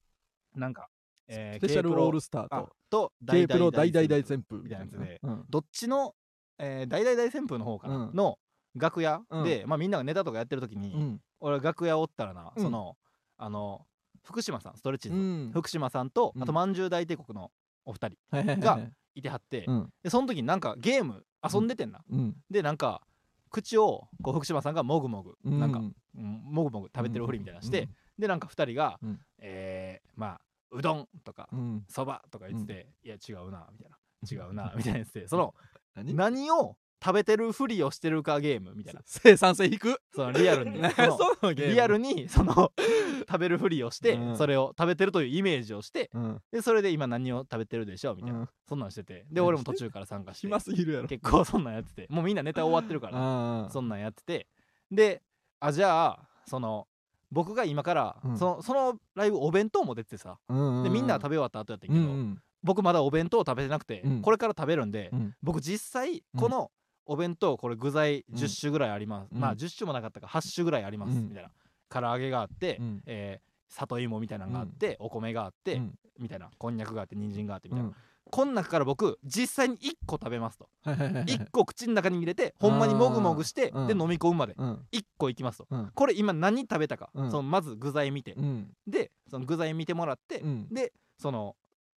なんか、え
ス
ー
ペシャル
K プロ
オールスター
あ
と
と
K プロ大
大
大
大
大
大
旋風
みたいなやつで
うん
どっちの、えー大大大旋風の方かな、
うん
の楽屋
うん
で、まあ、みんながネタとかやってる時に、
うん
俺楽屋おったらな、
うん
そのあの福島さんストレッチー
う
ズの、
ん
福島さんと、
うん
あとまんじゅう大帝国のお二人
はいはいはい
が
はい
いてはって、
うん
でその時になんかゲーム遊んでてんな、
うん
でなんか口をこう福島さんがもぐもぐ、
うん
なんか、うんもぐもぐ食べてるふりみたいなのして、でなんか2人が、
うん
えーまあうどんとか
うんうん
そばとか言ってて、いや違うなみたいな違うなみたい
な
なやつでその
何
何を食べてるふりをしてるかゲームみたいな
生産性低く
そのリアル にその
のゲーム
リアルにその食べるふりをして、
うん
それを食べてるというイメージをして
うん
でそれで今何を食べてるでしょうみたいな、
うん
そんなんしててで
何
俺も途中から参加して
暇すぎるやろ
結構そんなんやっててもうみんなネタ終わってるから
ああ
そんなんやっててであじゃあその僕が今から、
うん
そのそのライブお弁当も出てさでみんな食べ
べ
終わった後やったん
う
やけど、
ん
僕まだお弁当を食べてなくて、
うん
これから食べるんで、
うん
僕実際
うん
このお弁当これ具材
うん
10種ぐらいあります、
うん
まあ10種もなかったか8種ぐらいあります、
うん
みたいな唐揚げがあって、
うん
えー里芋みたいなのがあって、お米があって、
うん
みたいなこんにゃくがあって人参があってみ
う
たいな、
ん
こん中から僕実際に1個食べますと
はいはいはいはい
1個口の中に入れてほんまにもぐもぐして
あー
で
うん
飲み込むまで
うん
1個いきますと
うん
これ今何食べたか、
うん
そのまず具材見て、
うん
でその具材見てもらって、
うん
でその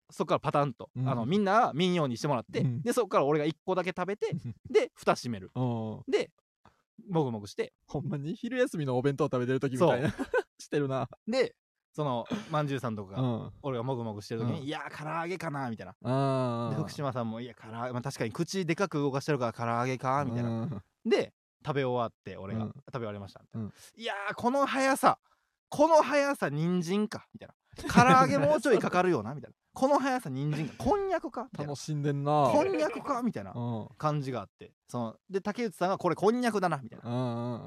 そこからパタンと、
うん
あのみんな民謡にしてもらって、
うん
でそこから俺が1個だけ食べてで蓋閉める
おー
でもぐもぐして
ほんまに昼休みのお弁当食べてる時みたいな してるな
でそのまんじゅうさんとかが、
うんあ
俺がもぐもぐしてる時に「
うん
いやー唐揚げかな」みたいな。で
あ
福島さんも「いや唐揚げ、まあ、確かに口でかく動かしてるから唐揚げか」みたいな。
な
で食べ終わって俺が、
うん
食べ終わりましたみたいな、
うん
いやーこの速さこの速さ人参かみたいな唐揚げもうちょいかかるよなみたいなこの速さ人参かこんにゃくかみたいな
楽しんでんな
こんにゃくかみたいな
うん
感じがあってそので竹内さんがこれこんにゃくだなみたいな、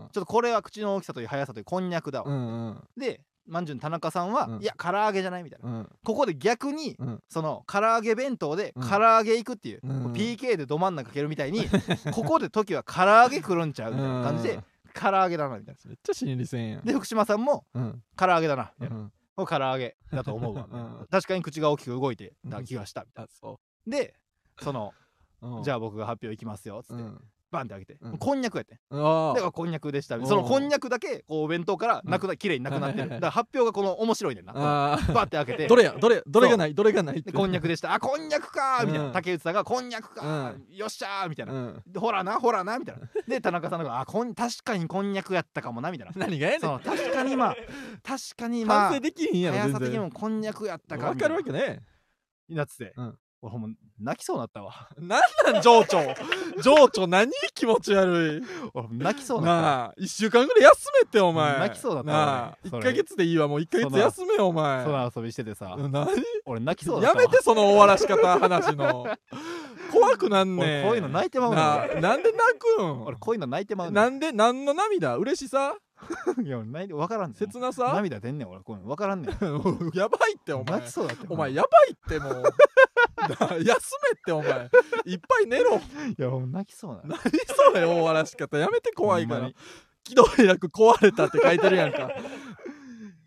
うん
ちょっとこれは口の大きさという速さというこんにゃくだ
う
わ、
んうん
でまんじゅうの田中さんは、
うん
いや唐揚げじゃないみたいな、
うん
ここで逆に、
うん
その唐揚げ弁当で
うん
唐揚げいくっていう、
うん
PK でど真ん中蹴るみたいに ここで時は唐揚げくるんちゃうみたいな感じ
う
で
ん
唐揚げだなみたいな
めっちゃ心理戦やん
で福島さんも
うん
唐揚げだなみ
う
たいなんこれ唐揚げだと思うわみたいな
うん
確かに口が大きく動いてた気がしたみたい
あそ
なでその
う
じゃ
あ
あ僕が発表いきますよつ
う
って
ん
バンって開けて
うん
こんにゃくやって
あ
だからこんにゃくでした
おー
そのこんにゃくだけこうお弁当からなくな綺麗になくなって
はい
る
はいは
だ
い
から発表がこの面白いねんなこの
あー
バンって開けて
どれやどれどれがないどれがないっ
で
て
こんにゃくでしたあこんにゃくかーみたいな、
うん
竹内さんがこんにゃくかー、よっしゃーみたいな、
うん
でほらなほらなみたいなで田中さんの方があこん確かにこんにゃくやったかもなみたいな
何がやねん
その確かにまあ確かにま
完
あ
成できひんやろ
速
全
さ的に
然
もこんにゃくやったか
わかるわけ
ね
ね
なってて、
うん
俺ほんま泣きそうになったわ
なんな ん情緒情緒何気持ち悪い
俺泣きそうになっ
なあ1週間ぐらい休めてお前
泣きそうだったわ
なあ
俺
1
それ
ヶ月でいいわもう1ヶ
そん
月
な
休めよお
た
前
その遊びしててさ
何
俺泣きそうだっ
や
たわ
めてその終わらし方話の怖くなんね
俺
ん
こういうの泣いてまう
な
の
あなんで泣
俺
く
こういうの泣いてまうんの
なんで何の涙嬉しさ
いや俺泣いて分からんねん
切なさ
涙出んねん俺こういうの分からんねん
やばいって お前
泣きそうだって
お前やばいってもう なあ休めってお前いっぱい寝ろ
いやもう泣きそうな
何それ大笑らし方やめて怖いか
ほんま
ら
に
喜怒哀楽壊れたって書いてるや んか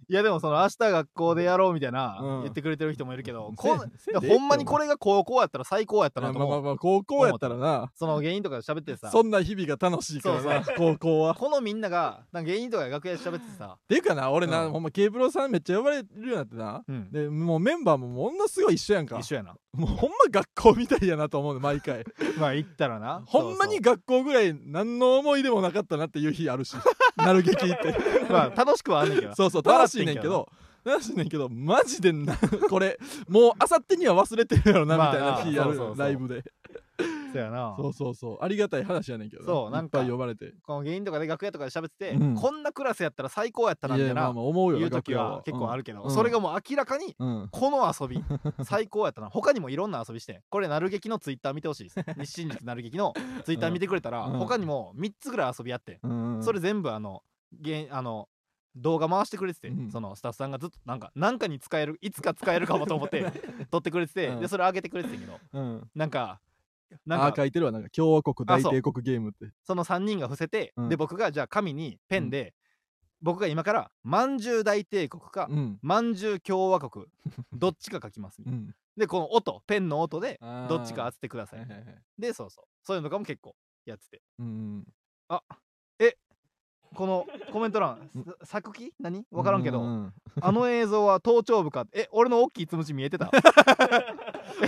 いやでもその明日学校でやろうみたいな
うん
言ってくれてる人もいるけど、こん
せ
いやほんまにこ
れ
れが高校やったら最高やった
ま
な
あ
と思う、
まあまあ高校やったらな
その原因とかで喋っててさ
そんな日々が楽しいからな高校は
このみんながなんか芸人とかが楽屋で喋っててさ、
ていうかな俺な、
うん
ほんま K ブロさんめっちゃ呼ばれるようになってな
うん
でもうメンバーもものすごい一緒やんか
一緒やな
もうほんま学校みたいやなと思うの毎 回
まあ行ったらな
ほんまに学校ぐらい何の思い出もなかったなっていう日あ るしなる劇って
そうそうまあ楽しくはあんねんけど
そうそう
笑
楽
っ
しい
てん
ね
けど
んけど楽しいねんけどマジでな これもうあさってには忘れてるやろなみ
まあ
たいな日あ
そう
る
そうそう
ライブで
そうやな
そうそうそうありがたい話やねんけど
そうなんか
いっぱい呼ばれて
この芸人とかで楽屋とかで喋ってて、
うん
こんなクラスやったら最高やったなみ
い
たい
やまあ
な
まあ思うよ
言う時は結構あ
る
るけど、
うん
それがもう明らかに
うん、うん
この遊び最高やったな他にもいろんな遊びしてんこれなる劇のツイッター見てほしいです日清術なる劇のツイッター見てくれたら、
うん
他にも3つぐらい遊びやってん
うんうん、
それ全部あのげあの動画回してくれてて、
うん
そのスタッフさんがずっとなんかなんかに使えるいつか使えるかもと思って撮ってくれてて、
うん
でそれ上げてくれてたけど
うん、
なんか な
あ
ん
ー
か
書いてるわなんか共和国
あ
大
そう
帝国ゲームって
その3人が伏せて、
うん
で僕がじゃあ紙にペンで、僕が今から「まんじゅう大帝国」か
うん
「まんじゅう共和 国」どっちか書きます、
うん
でこの音ペンの音で どっちか当
つ
ててくださ
はい
い
はいはい
でそうそうそういうのとかも結構やってて
うん
このコメント欄
うん
さ作機何分からんけど、
ううん
あの映像は頭頂部かえ俺の大きいつむじ見えてたあ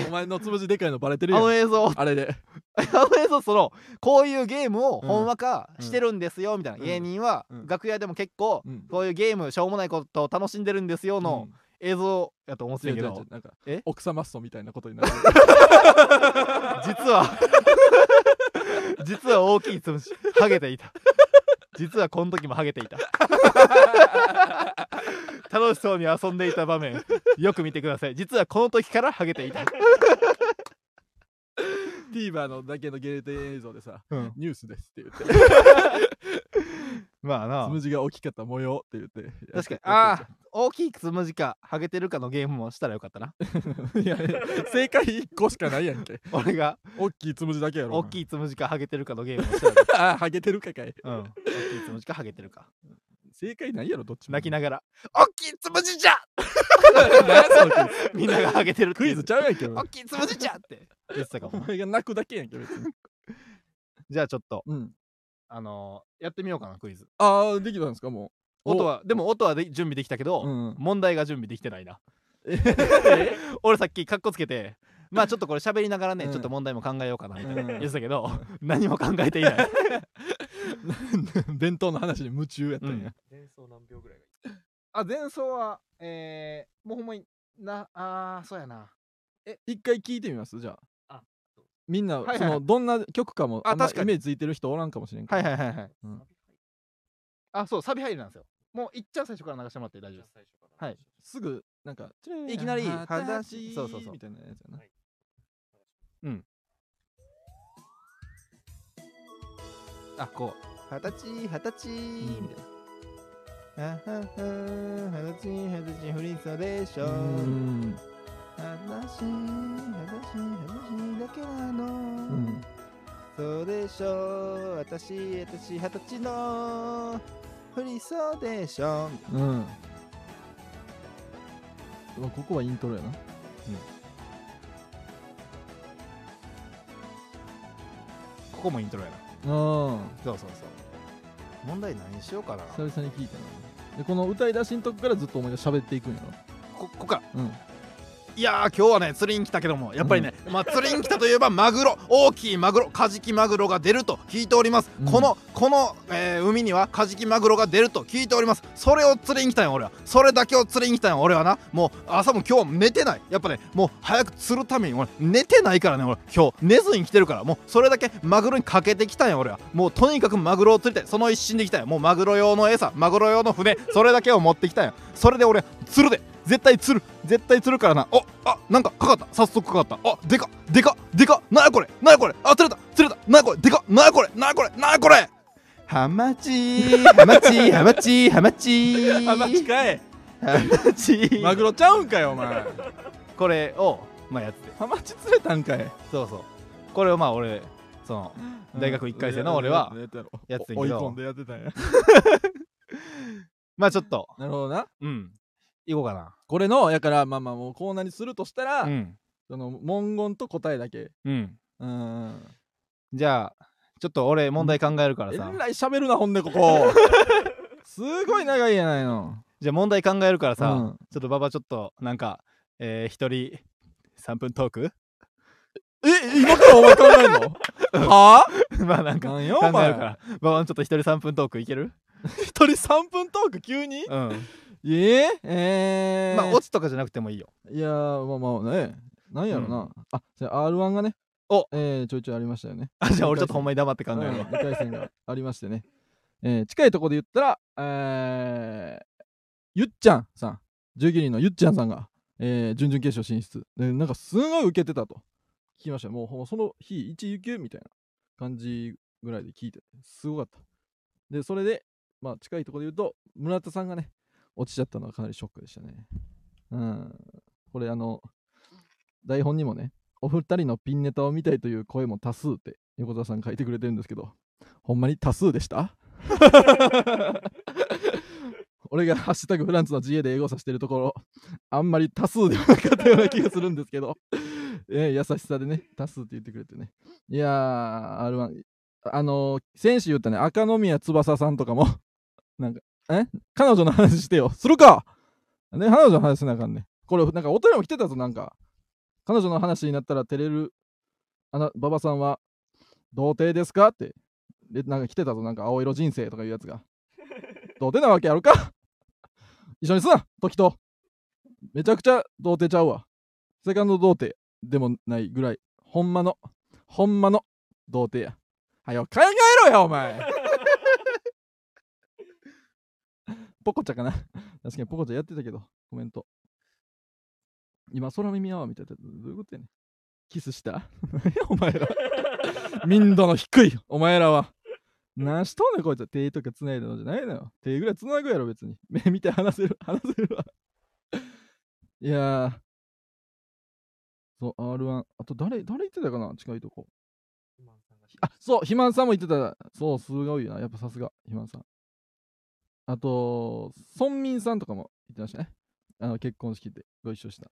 お前のつむじでかいのバレてるやん
の映像 あ
あれで
の映像そのこういうゲームをほんわか
うん
してるんですよみたいな、
うん
芸人は
うん
楽屋でも結構
うん
こういうゲームしょうもないことを楽しんでるんですよの
うん
映像やと思って
違
た
う
けど、
違う違うなんか
え
奥様っそみたいなことになる
実は 実は大きいつむじハゲていた実はこの時もハゲていた 楽しそうに遊んでいた場面よく見てください実はこの時からハゲていた、
TVer のだけの限定映像でさ
うん
ニュースですって言って
まあな
つむじが大きかった模様って言って
確かに
やっ
あ
て
あ大きいつむじかハゲてるかのゲームもしたらよかった な
るやってるや ってるいやいや正解1個しかないやんけ
俺が
大きいつむじだけやろ
大
い
きいつむじかハゲてるかのゲームもしたらよかっ
ああハゲてるかかい
た、うん、大きいつむじかハゲてるか
正解ないやろどっちも
泣きながら「大きいつむじじゃ!
何やそのクイズ」
みんながハゲてるって
ク
言
イ
う
ズちゃうやんけお前
大きいつむじじゃ!」って言ってたか
お
も
前が泣くだけやんけ別に
じゃあちょっと
うん
あのーやってみようかなクイズ
ああできたんですかもう
音はでも音はで準備できたけど、
うん
問題が準備できてないな
え
俺さっきカッコつけてまあちょっとこれ喋りながらね、
うん
ちょっと問題も考えようかなみたいな
うん
言ってたけど、何も考えていない
弁当の話に夢中やったんや
前奏何秒ぐらいがいいあ前奏はえー、もうほんまになあーそうやな
一回聞いてみますじゃあ
あ
みんな、
はいはい
そのどんな曲かも
あ
あんま
確か
イ
に
メージついてる人おらんかもしれんか
は
ら、
いはいはいはい、
うん
あそうサビ入りなんですよもういっちゃん最初から流してもらって大丈夫ですはい
すぐなんか
いきなり
話
そうそうそう
みたいなやつやな、
はい
あこう二十歳二十歳みたいなあはは二十歳二十歳フリーソでし
うーん
話話話だけなの、
うん
そうでしょ私私二十歳のフリーソでしょ
うんうわここはイントロやな
ここもイントロやな
あ
そうそうそう問題何しようかな
あ久々に聞いたなでこの歌い出しのとこからずっとお前が喋っていくんやろ
こここから
うん
いやー今日はね釣りに来たけどもやっぱりね、まあ釣りに来たといえばマグ ロ大きいマグロカジキマグロが出ると聞いております、
うん
このこの、えー海にはカジキマグロが出ると聞いておりますそれを釣りに来たんよ俺はそれだけを釣りに来たんよ俺はなもう朝も今日は寝てないやっぱねもう早く釣るために俺寝てないからね俺今日寝ずに来てるからもうそれだけマグロにかけてきたんよ俺はもうとにかくマグロを釣りたいその一心で来たんよもうマグロ用の餌マグロ用の船それだけを持ってきたんよそれで俺釣るで絶対釣る絶対釣るからなおあなんかかかった早速かかったあでかっでかっでかっなやこれなやこれあ釣れた釣れたなやこれでかっなやこれなやこれなやこれハマチ ーハマチーハマチーハマチー
あマジかい
ハマチー
マグロちゃうんかよお前
これをまあやってて
ハマチ釣れたんかい
そうそうこれをまあ俺その大学1回生の俺はやってたけど
追い込んでやってたんや
まあちょっと
なるほどな
うん行こうか
これのやからまあまあもうコーナーにするとしたら、
なうん
その文言と答えだけ
うん
うん
じゃあちょっと俺問題考えるから
え
さ
らい喋るなほんでここ すごい長いやないの
じゃあ問題考えるからさ、
うん
ちょっと馬場ちょっとなんか、えー、1人3分トーク
え今からお前考えん のはあ
まあなんか
なん
考
よ
え
お
るか
前
ら馬場ちょっと1人3分トークいける
一人3分トーク急に
うん、
えー、えー、
まあオチとかじゃなくてもいいよ
いやーまあまあねなんやろな、
う
あじゃあ R1 がね
お
えー、ちょいちょいありましたよね
あじゃあ俺ちょっとほんまに黙って考え
うん
るわ
2回戦がありましてね、えー、近いとこで言ったら、えー、ゆっちゃんさん従業員のゆっちゃんさんが、えー、準々決勝進出でなんかすごい受けてたと聞きましたよもうほんまその日一有給みたいな感じぐらいで聞いてすごかったでそれでまあ近いところで言うと村田さんがね落ちちゃったのはかなりショックでしたねうんこれあの台本にもねお二人のピンネタを見たいという声も多数って横澤さん書いてくれてるんですけどほんまに多数でした 俺が「ハッシュタグフランスの GA」で英語させてるところあんまり多数ではなかったような気がするんですけど、 えー優しさでね多数って言ってくれてねいやー R1 あのー、選手言ったね赤宮翼さんとかも なんかえ彼女の話してよするかね彼女の話せなあかんねこれなんかお便りも来てたぞなんか彼女の話になったら照れるあな馬場さんは童貞ですかってでなんか来てたぞなんか青色人生とかいうやつが童貞なわけあるか一緒にすな時とめちゃくちゃ童貞ちゃうわセカンド童貞でもないぐらいほんまのほんまの童貞やはよ考えろやお前ポコチャかな確かにポコチャやってたけどコメント今空耳アワーみたいなどういうことやねんキスした 何やお前ら民度の低いお前らは何しとんねんこいつは手とかつないだのじゃないのよ手ぐらいつなぐやろ別に目見て話せる話せるわいやーそう R1 あと誰誰言ってたかな近いとこあそう肥満さんも言ってたそうすごいなやっぱさすが肥満さんあと村民さんとかも言ってましたねあの結婚式でご一緒した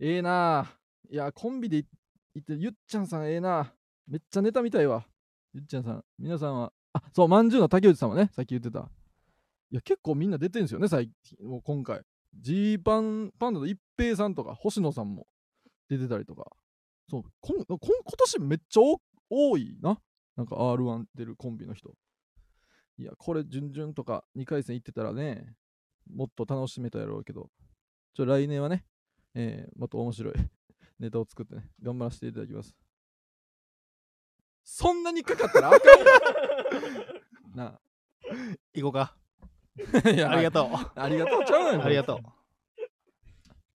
ええなあいやコンビで行行ってゆっちゃんさんええなあめっちゃネタみたいわゆっちゃんさん皆さんはあそうまんじゅうの竹内さんもねさっき言ってたいや結構みんな出てんすよね最近もう今回ジーパンパンダの一平さんとか星野さんも出てたりとかそうこんこん今年めっちゃ多多いななんか R1 出るコンビの人いやこれ準々とか2回戦行ってたらねもっと楽しめたやろうけどちょ来年はね、えー、もっと面白い ネタを作ってね頑張らせていただきますそんなにかかったらあかんよ な
行こうか
あ いや
ありがとう
ありがとうちゃうのよ
ありがとう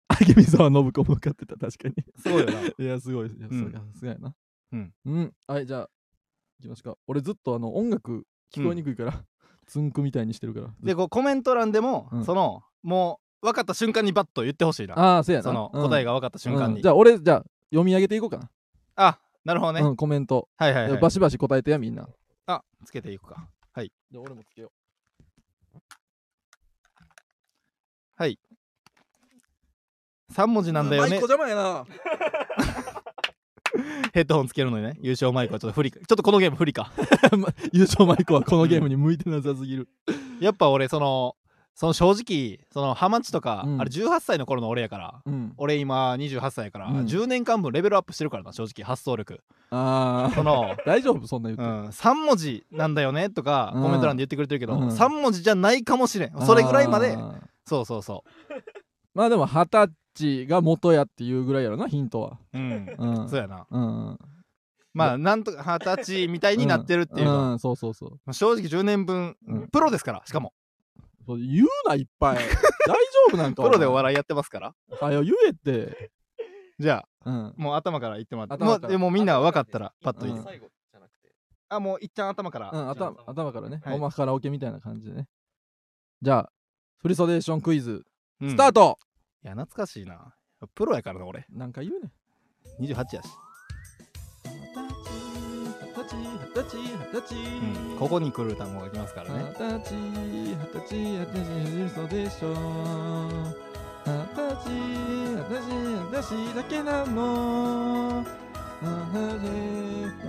あけみさんは信子も受かってた確かに
すごいよ ない
や、すごい。いや、
うん
そりゃすごいな。
うん。
うん。はい、じゃあ、いきますか。俺ずっとあの、音楽聞こえにくいから、 つんくみたいにしてるから。
で
ずっ
こうコメント欄でも、
うん
そのもう分かった瞬間にバッと言ってほしい
と
な
ああ、せやな。
その
うん
答えが分かった瞬間に、
うんじゃあ、俺、じゃあ、読み上げていこうかな。
あなるほどね、
うん、コメント。
はいはい、はい、
バシバシ答えてや、みんな。
あつけていくか
で、俺もつけよ
はい3文字
う。
なんだよ
マイ
ね
コ邪魔や な。
ヘッドホンつけるのにね優勝マイクはちょっと不 利かちょっとこのゲーム不利か
優勝マイコはこのゲームに向いてなさすぎる。
やっぱ俺そのその正直そのハマチとか、
うん
あれ18歳の頃の俺やから
うん、
俺今28歳やから、
うん
10年間分レベルアップしてるからな正直発想力
あ
そ
あ
の、
大丈夫そんな言っ
うん、
て、
3文字なんだよねとか、
うん
コメント欄で言ってくれてるけど、
うん
3文字じゃないかもしれんそれぐらいまで
あー
そうそうそ
まあでも二十歳が元やっていうぐらいやろなヒントは
ううん
うん
そうやな
うん
まあなんとか二十歳みたいになってるっていうのは
ん、そうそうそう
まあ正直10年分、
うん
プロですからしかも
そう言うないっ ぱい大丈夫なん
プ
か
ロでお
い
笑いやってますから
はよ言えって
じゃあ
うん
もう頭から言ってもらっても
頭か
う
ら
でもみんな分かったらパッと言って、
うん
最後じゃなくて。
あもう一旦頭から、
うん、頭頭からね、
はい
おまカラオケみたいな感じでねじゃあフリソデーションクイズ、
うん
スタート
いや懐かしいなプロやからな俺
なんか言うね
28やし、
二十歳二十歳二十歳
うん、ここに来る単語が来ますからね、
二十歳二十歳二十歳フリソデーション二十歳二十歳二十歳だけなの二十歳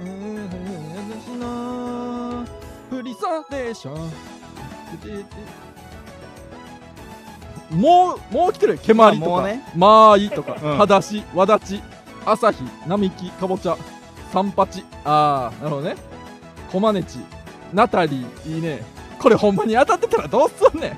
二十歳のフリソデーションもうもう来てる蹴
まあ
鞠と
もう
か
ね
まあいいとか、
うん
はだし、わだち、朝日、並木、かぼちゃ、三八、あー、なるほどね。こまねち、ナタリー、いいね。これほんまに当たってたらどうすんねん。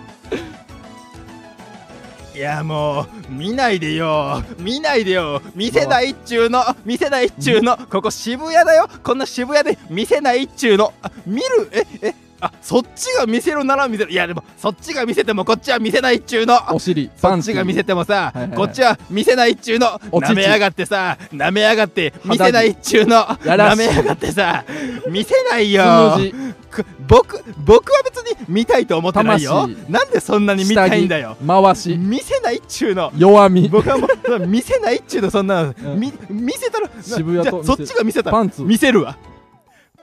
いやもう見ないでよ見ないでよ見せないっちゅうの見せないっちゅうのここ渋谷だよこんな渋谷で見せないっちゅうのあ見るええあそっちが見せるなら見せるいやでもそっちが見せてもこっちは見せないっちゅうの
お尻、
そっちが見
せ
せてもさ、
はいはいはい
こっちは見せないっちゅうの
お乳
なめやがってさなめやがって見せないっちゅうの
やら
な
しい
めやがってさ見せない
つ
よ
む
く僕僕は別に見たいと思ってないよ
魂
なんでそんなに
じ、
見
下
たい
着
んだよ、
回し、
見せないっちゅうの
弱み、
僕はもう見せないっちゅうのそんなの、
うん
み見せたら
渋谷と
じゃあ
見せ
そっちが見せたら
パンツ、
見せるわ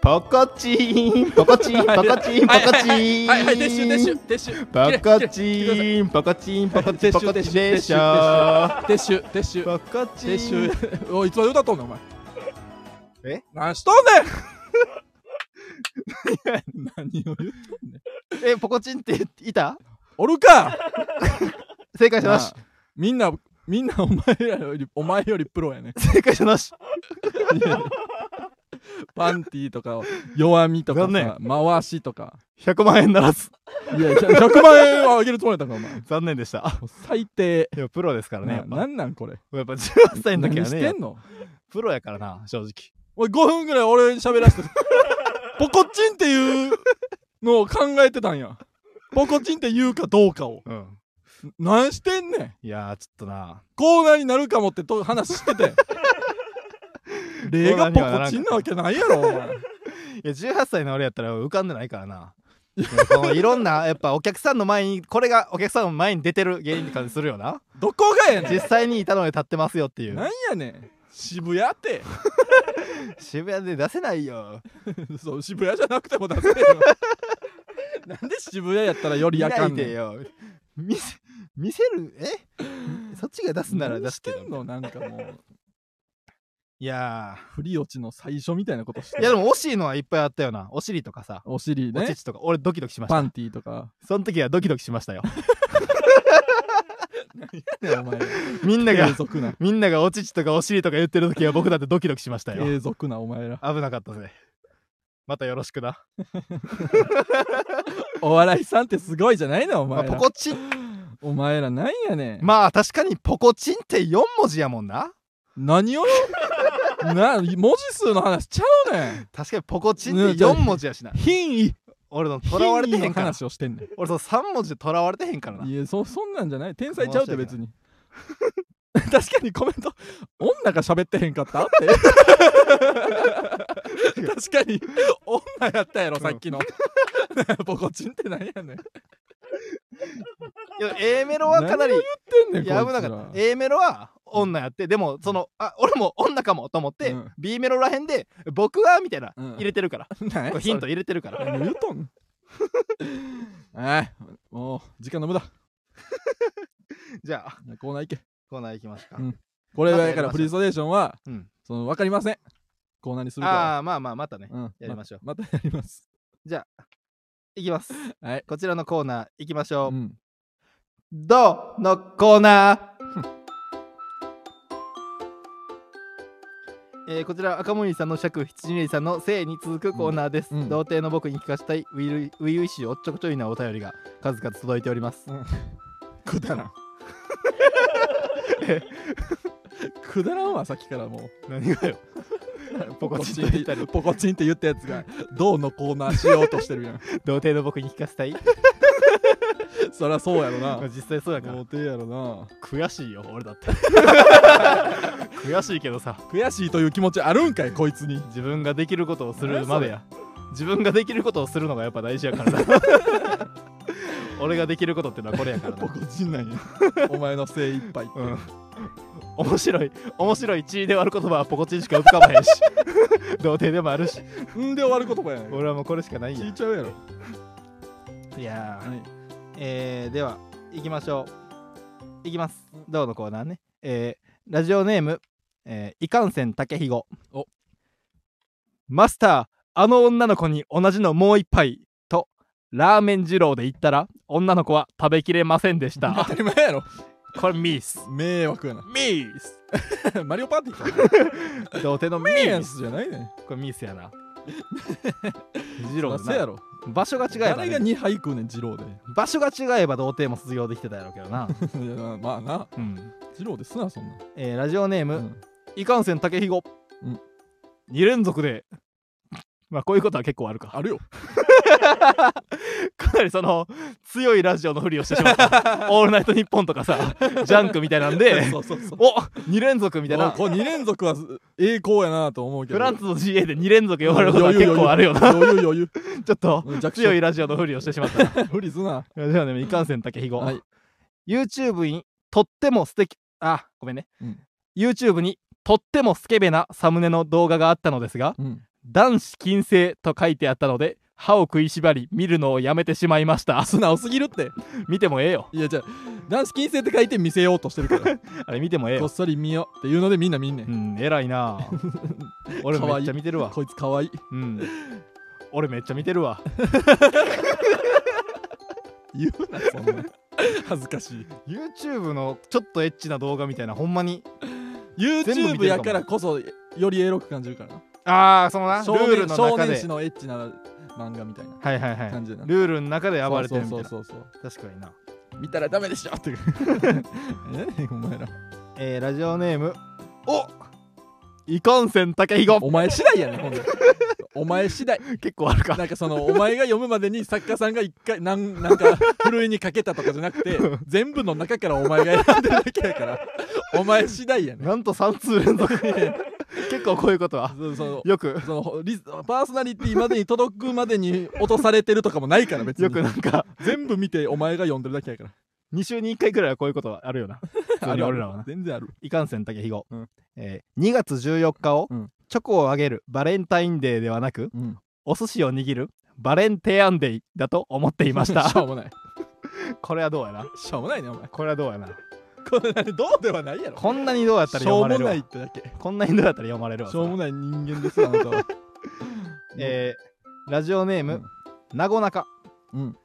ポコチーンポコチーンポコチーンポコチーン
はいはい、撤収、撤収、撤収、
ポコチーンポコチーンポコチーンポコチーンでしょ
撤収、撤収、
バカチー
撤
ン
収。おい、いつまで歌っとんねん、お前。
え
何しとんねん何を言う
えポコチンっていた
おるか
正解者なし
なあみんなみんなお前らよりお前よりプロやね
正解者なし
パンティーとか弱みとか
残念
さ回しとか
100万円ならず
い や100万円はあげるつもりだったからお前も
残念でした
う最低
いやプロですからねや
な
っぱ
なんなんこれ
やっぱ18歳の時
何
は
し
ね
てんの
プロやからな正直
おい5分ぐらい俺喋らせて ポコチンっていうのを考えてたんやポコチンって言うかどうかを
うん
何してんねん
いやーちょっとな
コーナーになるかもってと話してて例がポコチンなわけないやろお前
いや18歳の俺やったら浮かんでないからなこのいろんな やっぱお客さんの前にこれがお客さんの前に出てる芸人って感じするよな
どこがやねん
実際にいたので立ってますよってい
なん
う
やねん渋谷って
渋谷で出せないよ
そう渋谷じゃなくても出 せよなんで渋谷やったらより
見
や
な
か
い
んねん
でよ見せ見せるえそっちが出すなら出
何
す
し
け
て
ど
んのなんかもう
いやー
振り落ちの最初みたいなことして
いやでも惜しいのはいっぱいあったよな。お尻とかさ、
お尻
お
ね
乳とか、俺ドキドキしました。
パンティーとか
その時はドキドキしましたよ。
お前
みんな
ら
が
継、続な
みんながお乳とかお尻とか言ってる時は僕だってドキドキしましたよ。
継続なお前ら
危なかったぜ。またよろしくな。
お笑いさんってすごいじゃないのお
まあ、
前
ポ
ら
コチン、
お前らなんやねん
まあ確かにポコチンって4文字やもんな。
何 をな文字数の話ちゃうねん
確かにポコチン
う
っ
ん
て
じゃあ
4文字やしな。
品位
俺のとらわれてへ
品位
ん
の
から。
話をしてんねん
俺その3文字でとらわれてへんからな。
いやそそんなんじゃない天才ちゃうって別に 確かにコメント女が喋ってへんかったって 確かに女やったやろさっきの ポコチンってなんやねん
いや A メロはかなり
言ってんねん
いや
こ
危
い
な
つ
からった A メロは女やってでもそのあ俺も女かもと思って、
うん
B メロらへんで「僕は」みたいな
うん
入れてるから、
なんや
これヒント入れてるか
それ
ら
何言 うとんえいもう時間の無駄
じゃあ
コーナー行け
コーナー行きますか、
うんこれだからフリーソデーションは、
うん
その分かりませんコーナーにするか
ああまあまあまたね
ら、うん、
やりましょう
ま たやります
いきます
はい
こちらのコーナー行きましょう、
うん
どうのコーナー えーこちら赤森さんの尺羊ねりさんの性に続くコーナーです、
うんうん
童貞の僕に聞かしたいウィルウィウィッシュおっちょこちょいなお便りが数々届いております、
くだ らんくだらんわさっきからもう
何 がよポコチンって言ったり
ポコチンって言ったやつがどうのコーナーしようとしてるやん
童貞の僕に聞かせたい
そりゃそうやろな
実際そうやから
童貞やろな
悔しいよ俺 だって悔しいけどさ
悔しいという気持ちあるんかいこいつに
自分ができることをする
何
ま
そ
で
れ
や自分ができることをするのがやっぱ大事やからな 俺ができることってのはこれやから
ポ
な
コチンなんや お前の精一杯って、
うん面白い面白い地位で割る言葉はポコチンしか浮かばへ んし童貞でもあるし
んで終わる言葉やねん
俺はもうこれしかないん
聞い
や
ちゃうやろ、
いやー
はい、
えー、では行きましょう行きますどうのコーナーねえー、ラジオネーム、えー、いかんせんたけひご
お
マスターあの女の子に同じのもう一杯とラーメン二郎で言ったら女の子は食べきれませんでし
当
た
たり前やろ
これミス
迷惑やな
ミス
マリオパーティーか
童貞のミ
メン
ス
スじゃないねん
これミスやな二郎
まあ
だ
せや
な
ろ
場所が違えば、
誰が
ね、
2杯食うねん二 郎で
場所が違えば童貞も卒業できてたやろうけどな、
いやまあまあな
うん
二郎ですなそんな、
えー、ラジオネーム、
うん
いかんせん竹ひご、
うん
2連続でまあこういうことは結構あるか
あるよ
かなりその強いラジオのふりをしてしまった「オールナイトニッポン」とかさジャンクみたいなんで
そうそうそう
お2連続みたいな
これ2連続は栄光やなと思うけど
フランスの GA で2連続呼ばれることは結構あるよな
余裕余裕
ちょっと
余裕 弱
強
小
いラジオのふりをしてしまったな
不利すな
ラジオネームいかんせん竹ひご、
はい
YouTube にとっても素敵あごめんね、
うん
YouTube にとってもスケベなサムネの動画があったのですが
うん
男子禁制と書いてあったので歯を食いしばり見るのをやめてしまいました
素直すぎるって
見てもええよ
いやじゃあ男子禁制って書いて見せようとしてるから
あれ見て もええ
こ
よ
っそり見ようっていうのでみんな見んね
うんん偉いな 俺
かわ
め
いい
っちゃ見てるわ
こいつかわいい
うん俺めっちゃ見てるわ
言うなそんな恥ずかしい
YouTube のちょっとエッチな動画みたいなほんまに全部見て
YouTube
るかも
やからこそよりエロく感じるからな
ああそのなル
少年
ールの
少
中
年
で
誌のエッチな漫画みたいな
はいはいはい
感じでな
ルールの中で暴れてるみた
そ
いうな
そうそうそう
確かにな
見たらダメでしょって いうえお前ら
えー、ラジオネームおいかんせんたけひご
お前次第やねほんでお前次第
結構あるか
なんかそのお前が読むまでに作家さんが一回なんなんかふるいにかけたとかじゃなくて全部の中からお前が選んでるだけやからお前次第やね
なんと3通連続 結構こういうことは
そその
よく
そのリスパーソナリティまでに届くまでに落とされてるとかもないから別に
よくなんか
全部見てお前が読んでるだけやから
2週に1回くらいはこういうことは あるよ な普通に俺らはな
全然ある
いかんせん竹ひご、
うん
えー2月14日を、
うん
チョコをあげるバレンタインデーではなく
うん
お寿司を握るバレンテアンデイだと思っていまし
しょ
た
うもない
これはどうやな
しょうもないねお前
これはどうやな
これ何どうではないやろ
こんなにどうやったら
しょ
読
う
まれ
も
る
な
わ
いってだけ
こんなにどうやったら読まれるわ
しょうもない人間ですよあなたは
えーラジオネーム、なごなか
うん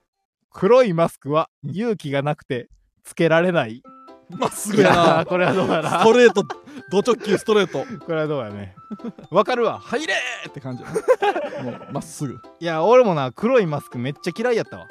黒いマスクは
うん
勇気がなくてつけられない
まっす
い
ぐや
やー
な
これはどうや
ス
な
トレートド直球ストレート
これはどうやねわかる わ入れ
えって感じや なもうまっすぐ
いや俺もな黒いマスクめっちゃ嫌いやったわ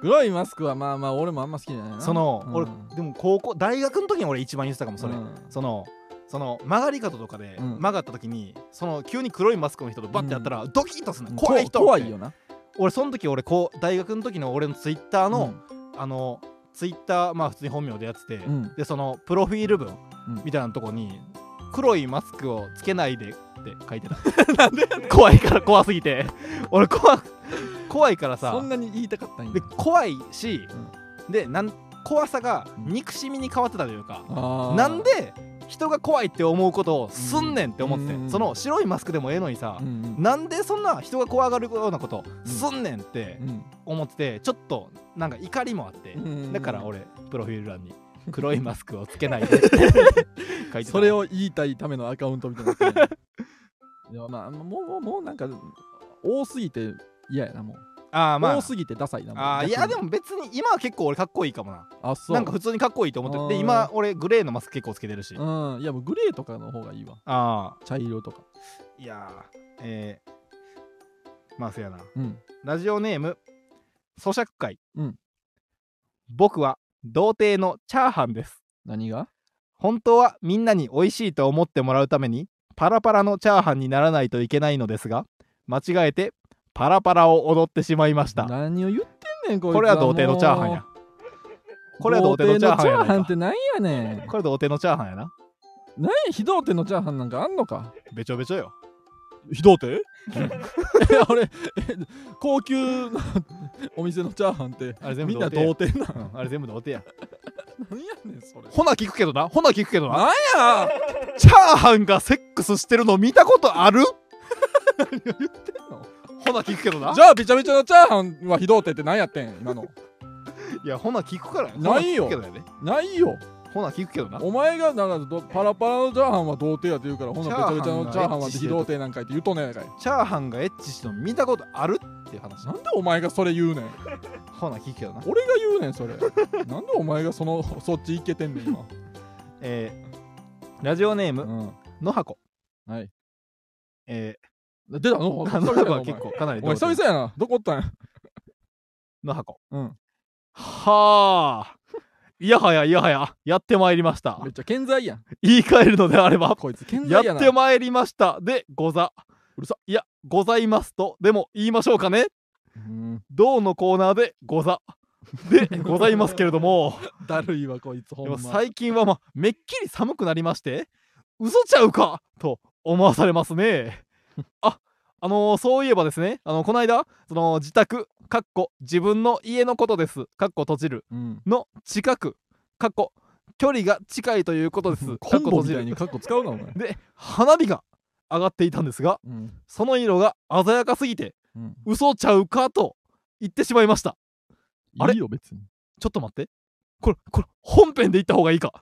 黒いマスクはまあまあ俺もあんま好きじゃないな
その、
うん
俺でも高校大学の時に俺一番言ってたかもそれ、
うん
そのその曲がり角とかで
うん
曲がった時に、その急に黒いマスクの人とバッてやったら、ドキッとすんね
うん
ん怖い人
怖いよな
俺その時俺こう大学の時の俺のツイッター
あ
の、あのツイッターまあ普通に本名でやってて、
うん
でそのプロフィール文
うん
みたいなとこに黒いマスクをつけないでって書いてた 怖いから怖すぎて俺怖怖いからさ
そんなに言いたかったんや
で怖いし、でなん怖さが
うん
憎しみに変わってたというか、
あー
なんで人が怖いって思うことをすんねんって思って、
うん
その白いマスクでもええのにさ
う、んうん
なんでそんな人が怖がるようなことすんねんって
うん
思っててちょっとなんか怒りもあって、
うん
だから俺プロフィール欄に「黒いマスクをつけ ないで」って書いてた
それを言いたいためのアカウントみたいに なってるいやまあもうもうもうなんか多すぎて嫌やなもう
ああまあ
多すぎてダサいなもう
あーいや
逆
で
に
も別に今は結構俺かっこいいかもな
あそう
なんか普通にかっこいいと思ってるで
うん
今俺グレーのマスク結構つけてるしあ
うんいやもうグレーとかの方がいいわ
あ
茶色とか
いやーえー、まあせやな
うん
ラジオネーム咀嚼会、
うん
僕は童貞のチャーハンです
何が
本当はみんなに美味しいと思ってもらうためにパラパラのチャーハンにならないといけないのですが間違えてパラパラを踊ってしまいました
何を言ってんねんこいつ
これは童貞のチャーハンや
もう
これは童貞のチャーハンや
童
ない
貞のチャーハン
か
ってなんやねん
これ童貞のチャーハンやな
何や非童貞のチャーハンなんかあんのか
べちょべちょよ
非童貞え あれえ高級なお店のチャーハンって
あれ全部
みんな
童貞や
童貞な
うんあれ全部童貞や
何やねんそれ
ほな聞くけどなほな聞くけどな
なんや
チャーハンがセックスしてるの見たことあるほな聞くけどな
じゃあびちゃびちゃのチャーハンは非童貞って何やってん今の
いやほな聞くからや
ないよ
ほな聞くけどやで
ないよ
ほな聞くけどな
お前がなんかどパラパラのチャーハンは童貞やって言うからほなべちゃべちゃのチャーハンは非童貞なんかいって言うとんねやないかい
チャーハンがエッチしてるの見たことあるっていう話
な
なん
でお前がそれ言うねん
ほな聞くけどな
俺が言うねんそれなんでお前がそのそっち行けてんね ん今
えーラジオネー
う
ム
ん
野箱
はい
え
出たの
ー
お
野箱は結構かなり
お前
童
久
貞
々やなどこおったんや
野箱
うん
はあいやはやいやはややってまいりました
めっちゃ健在やん
言い換えるのであれば
こいつ健
や
在や
っ
な
てまいりましたでござうるさいやございますとでも言いましょうかね
うん
どうのコーナーでござ でございますけれども
だるいわこいつほん
でも
ま
最近はまあめっきり寒くなりまして嘘ちゃうかと思わされますねああのーそういえばですねあのこの間その自宅かっこ自分の家のことですかっこ閉じる
うん
の近くかっこ距離が近いということです
コ
かっ
ン
こ閉
ボみ
じ
たい
る
にカッコ使うなお前
で花火が上がっていたんですが
うん
その色が鮮やかすぎて
うん
嘘ちゃうかと言ってしまいましたあれ
いいよ別に
ちょっと待ってこれこれ本編で言った方がいいか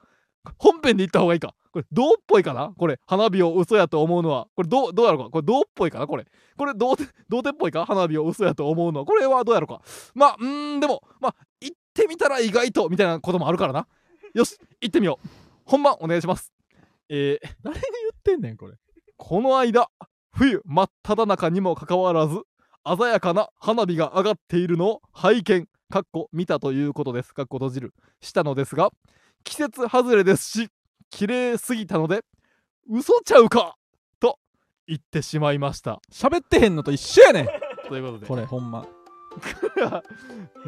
本編で言った方がいいかこれどうっぽいかなこれ花火を嘘やと思うのはこれどうどうやろうかこれどうっぽいかなこれこれどうてどうてっぽいか花火を嘘やと思うのはこれはどうやろうかまあうーんでもまあ行ってみたら意外とみたいなこともあるからなよし行ってみよう本番お願いしますえー、
誰に言ってんねんこれ
この間冬真っ只中にもかかわらず鮮やかな花火が上がっているのを拝見かっこ見たということですかっこ閉じるしたのですが季節外れですし綺麗すぎたので嘘ちゃうかと言ってしまいました
喋ってへんのと一緒やねん
ということで
これほんまい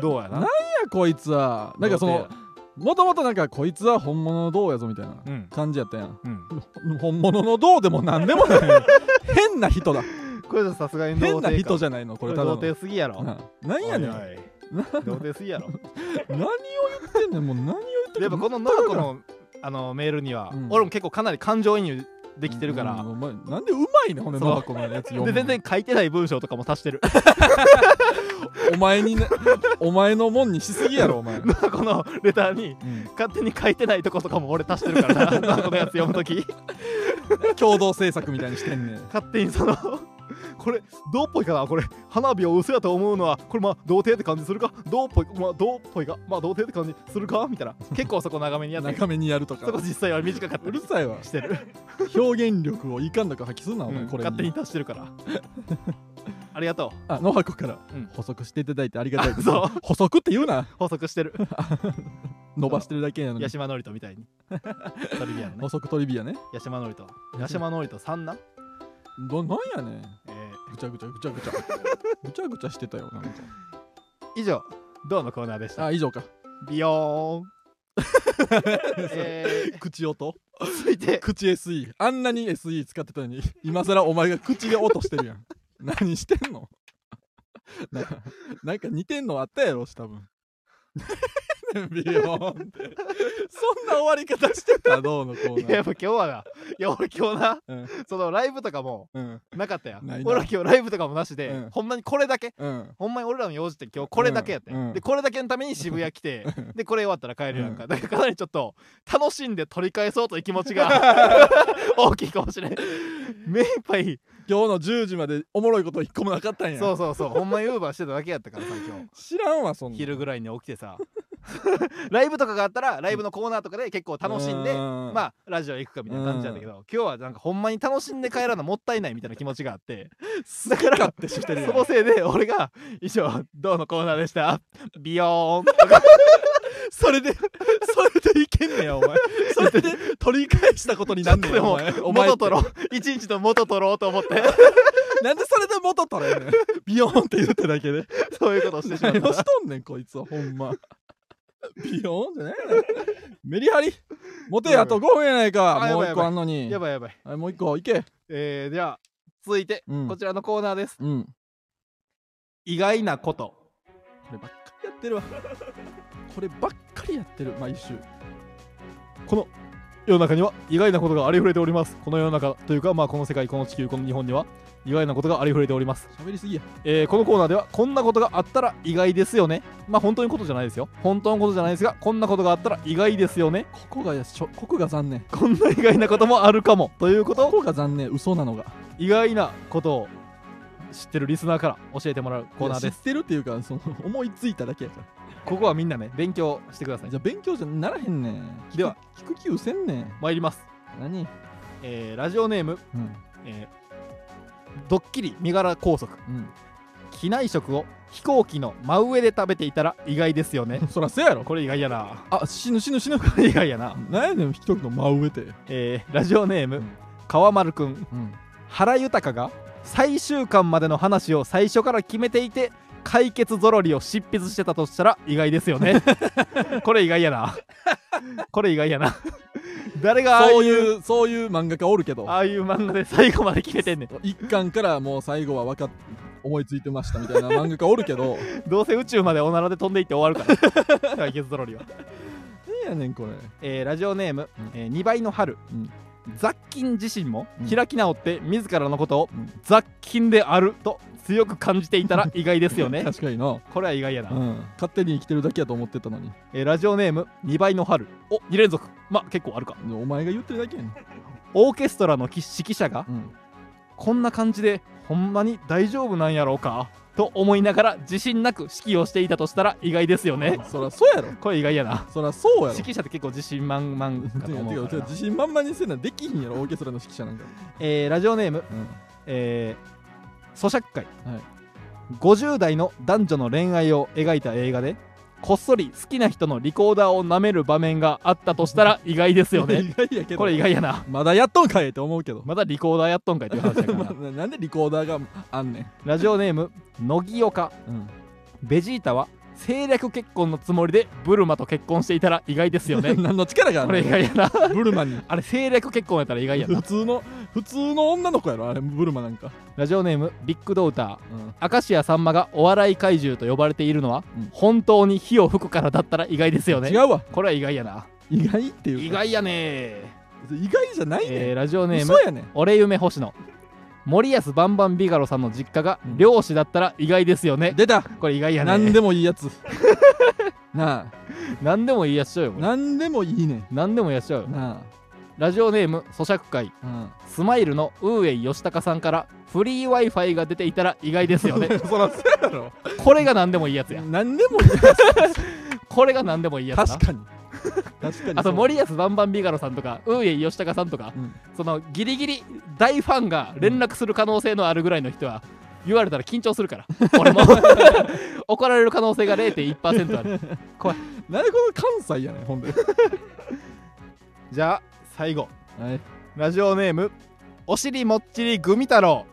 どうやな
なやこいつはなんかそのもともとなんかこいつは本物のどうやぞみたいな
うん
感じやったやん
うん、
本物のどうでもなんでもない 変な人だ
これじゃさすがに
変な人じ
ゃ
ゃないのこ
こ
れ
れ
ただ
童
の
貞すぎやろ
うんなんやねん
おい
な
おい 童貞すぎや ろ
何を言ってんねんもう何を言ってんねん
やっぱこのノコのあのメールには、
うん
俺も結構かなり感情移入できてるから、
うんお前なんでうまいねんほんで
そう
野箱のやつ読む
で全
の
然書いてない文章とかも足してる
お前になお前のもんにしすぎ やろお前、うん
このレターに勝手に書いてないとことかも俺足してる からなこのやつ読むとき
共同制作みたいにしてんねん
勝手にその これどうっぽいかなこれ花火を嘘やと思うのはこれまあ童貞って感じするかどうっぽいまあどうっぽいかまあ童貞って感じするかみたいな結構そこ長めにやってる
中めにやると
そこ
か
実際は短かった
うる
り
さいわ
してる、
表現力をいかんなく発揮すんなお
う
前
ん
これ
勝手に足してるから ありがとう
あ野箱から
うん
補足していただいてありがたいです
あそう
補足って言うな
補足してる
伸ばしてるだけやのに
八島ノリトみたいにトリビアのね
補足トリビアね
八島ノリト八島ノリト3な、
どなんやねん
えー
ぐちゃぐちゃぐちゃぐちゃぐちゃぐちゃしてたよなんか
以上どうのコーナーでした
あ以上か
ビ ヨーンえ
口音
ー、続いて
口 SE あんなに SE 使ってたのに今更お前が口で落としてるやん何してんのななんか似てんのあったやろし多分ビヨーンってそんな終わり方してたどうのこう
いややっぱ今日はないや俺今日な、
うん
そのライブとかも
うん
なかったやん
ないな
俺は今日ライブとかもなしで、
うん
ほんまにこれだけ
うん
ほんまに俺らの用事って今日これだけやって、
うんうん
でこれだけのために渋谷来て
うん
でこれ終わったら帰るやんか、
う
だから かなりちょっと楽しんで取り返そうという気持ちが大きいかもしれん目いっぱい
今日の10時までおもろいこと一個もなかったんや
そうそうそうほんまにウーバーしてただけやったからさ今日
知らんわそんなん
昼ぐらいに起きてさ ライブとかがあったらライブのコーナーとかで結構楽しんでま
ま
あラジオ行くかみたいな感じなんだけど今日はなんかほんまに楽しんで帰らなもったいないみたいな気持ちがあってだから
ってしてるやん
そのせいで俺が「以上どうのコーナーでしたビヨーン」と か
それでそれでいけんねやお前それで取り返したことになんね
ち
や
ょっと
お
で
前お前っ
元
て
取ろう一日の元取ろうと思 って
なんでそれで元取れんねんビヨーンって言っただけで
そういうことをしてしまっ
何をしたとんねんこいつはほんまビヨーンじゃないやろメリハリモテあと5分やないか
あや
もう
ばい
1個あんのに
やばいやばい
はいもう1個いけ
えー、では続いて
うん
こちらのコーナーです
うん
意外なこと
こればっかりやってるわこればっかりやってる毎週
この世の中には意外なことがありふれておりますこの世の中というかまあこの世界この地球この日本には意外なことがありふれております
喋りすぎや
えーこのコーナーではこんなことがあったら意外ですよねまあ本当のことじゃないですよ本当のことじゃないですがこんなことがあったら意外ですよね
ここがやしょここが残念
こんな意外なこともあるかもということ
こ
を
こが残念嘘なのが
意外なことを知ってるリスナーから教えてもらうコーナーで
いや知
す
ってるっていうかその思いついただけやか
ここはみんなね勉強してくださ
ら
い
じゃあ勉強じゃならへんねん聞く
では
聞く気うせんねん
参ります、
何
えーラジオネーム、
うん
えードッキリ身柄拘束
う
機内食を飛行機の真上で食べていたら意外ですよね
んそらせや ろ
これ意外やな
あ死ぬ死ぬ死ぬ
意外やな、
何やねん一人の真上で
えーラジオネーム、
うん
川丸くん
うん
原豊が最終巻までの話を最初から決めていて解決ぞろりを執筆してたとしたら意外ですよね これ意外やなこれ意外やな 誰がああ
そう
いう
いうそういう漫画家おるけど
ああいう漫画で最後まで決めてんねん
一巻からもう最後は分かっ思いついてましたみた いな漫画家おるけど
どうせ宇宙までおならで飛んでいって終わるから 解決ぞろりは、
何やねんこれ
えーラジオネーム、
うん
え2倍の春、
うん
雑菌自身も
うん
開き直って自らのことを
うん
雑菌であると強く感じていたら意外ですよね
確かにな、
これは意外やな、
うん、勝手に生きてるだけやと思ってたのに
えーラジオネーム2倍の春お2連続まあ結構あるか
お前が言ってるだけやねん、
オーケストラの指揮者が
うん、
こんな感じでほんまに大丈夫なんやろうかと思いながら自信なく指揮をしていたとしたら意外ですよね
そらそうやろ
これ意外やな
そらそうやろ
指揮者って結構自信満々
て
かと
か
思う
て
か
から
な
自信満々にせんなできひんやろオーケストラの指揮者なんか、
えーラジオネーム、
うん、
えー咀嚼会、
はい
50代の男女の恋愛を描いた映画でこっそり好きな人のリコーダーを舐める場面があったとしたら意外です よね
意外やけど
これ意外やな
まだやっとんかいって思うけど、
まだリコーダーやっとんかいっていう話だ からな
ななんでリコーダーがあんねん、
ラジオネーム乃木岡
うん、
ベジータは政略結婚のつもりでブルマと結婚していたら意外ですよね
何の力があん
こ
ね
れ
ん
意外やな
ブル マに
あれ政略結婚やったら意外や
普
な
通の普通の女の子やろあれブルマなんか、
ラジオネームビッグドーター
うん、
明石家さんまがお笑い怪獣と呼ばれているのは、
うん
本当に火を吹くからだったら意外ですよね
違うわ
これは意外やな
意外っていう
意
か
外やね
意外じゃないね
えー
ん、
ラジオネー
嘘
ム
やねん
俺夢星野森安バンバンビガロさんの実家が
うん
漁師だったら意外ですよね、
出た
これ意外やね
何でもいい やつなあ
何でもいいやつしようよこれ
何でもいいねん
何でもいいやつしようよ
な
ラジオネーム咀嚼会
あ、うん
スマイルのウーエイヨシタカさんからフリー w i f i が出ていたら意外ですよ ね
そらそうやろ
これが何でもいいやつや
何でもいいや
これが何でもいいや
つ
つな
確かに確か
あ
に
と
そう
森安バンバンビガロさんとかウーエイヨシタカさんとか
うん
そのギリギリ大ファンが連絡する可能性のあるぐらいの人は言われたら緊張する から俺も怒られる可能性が0.1%ある
なんでこの関西やねんほ んで
じゃあ最後
はい
ラジオネームお尻もっちりグミ太郎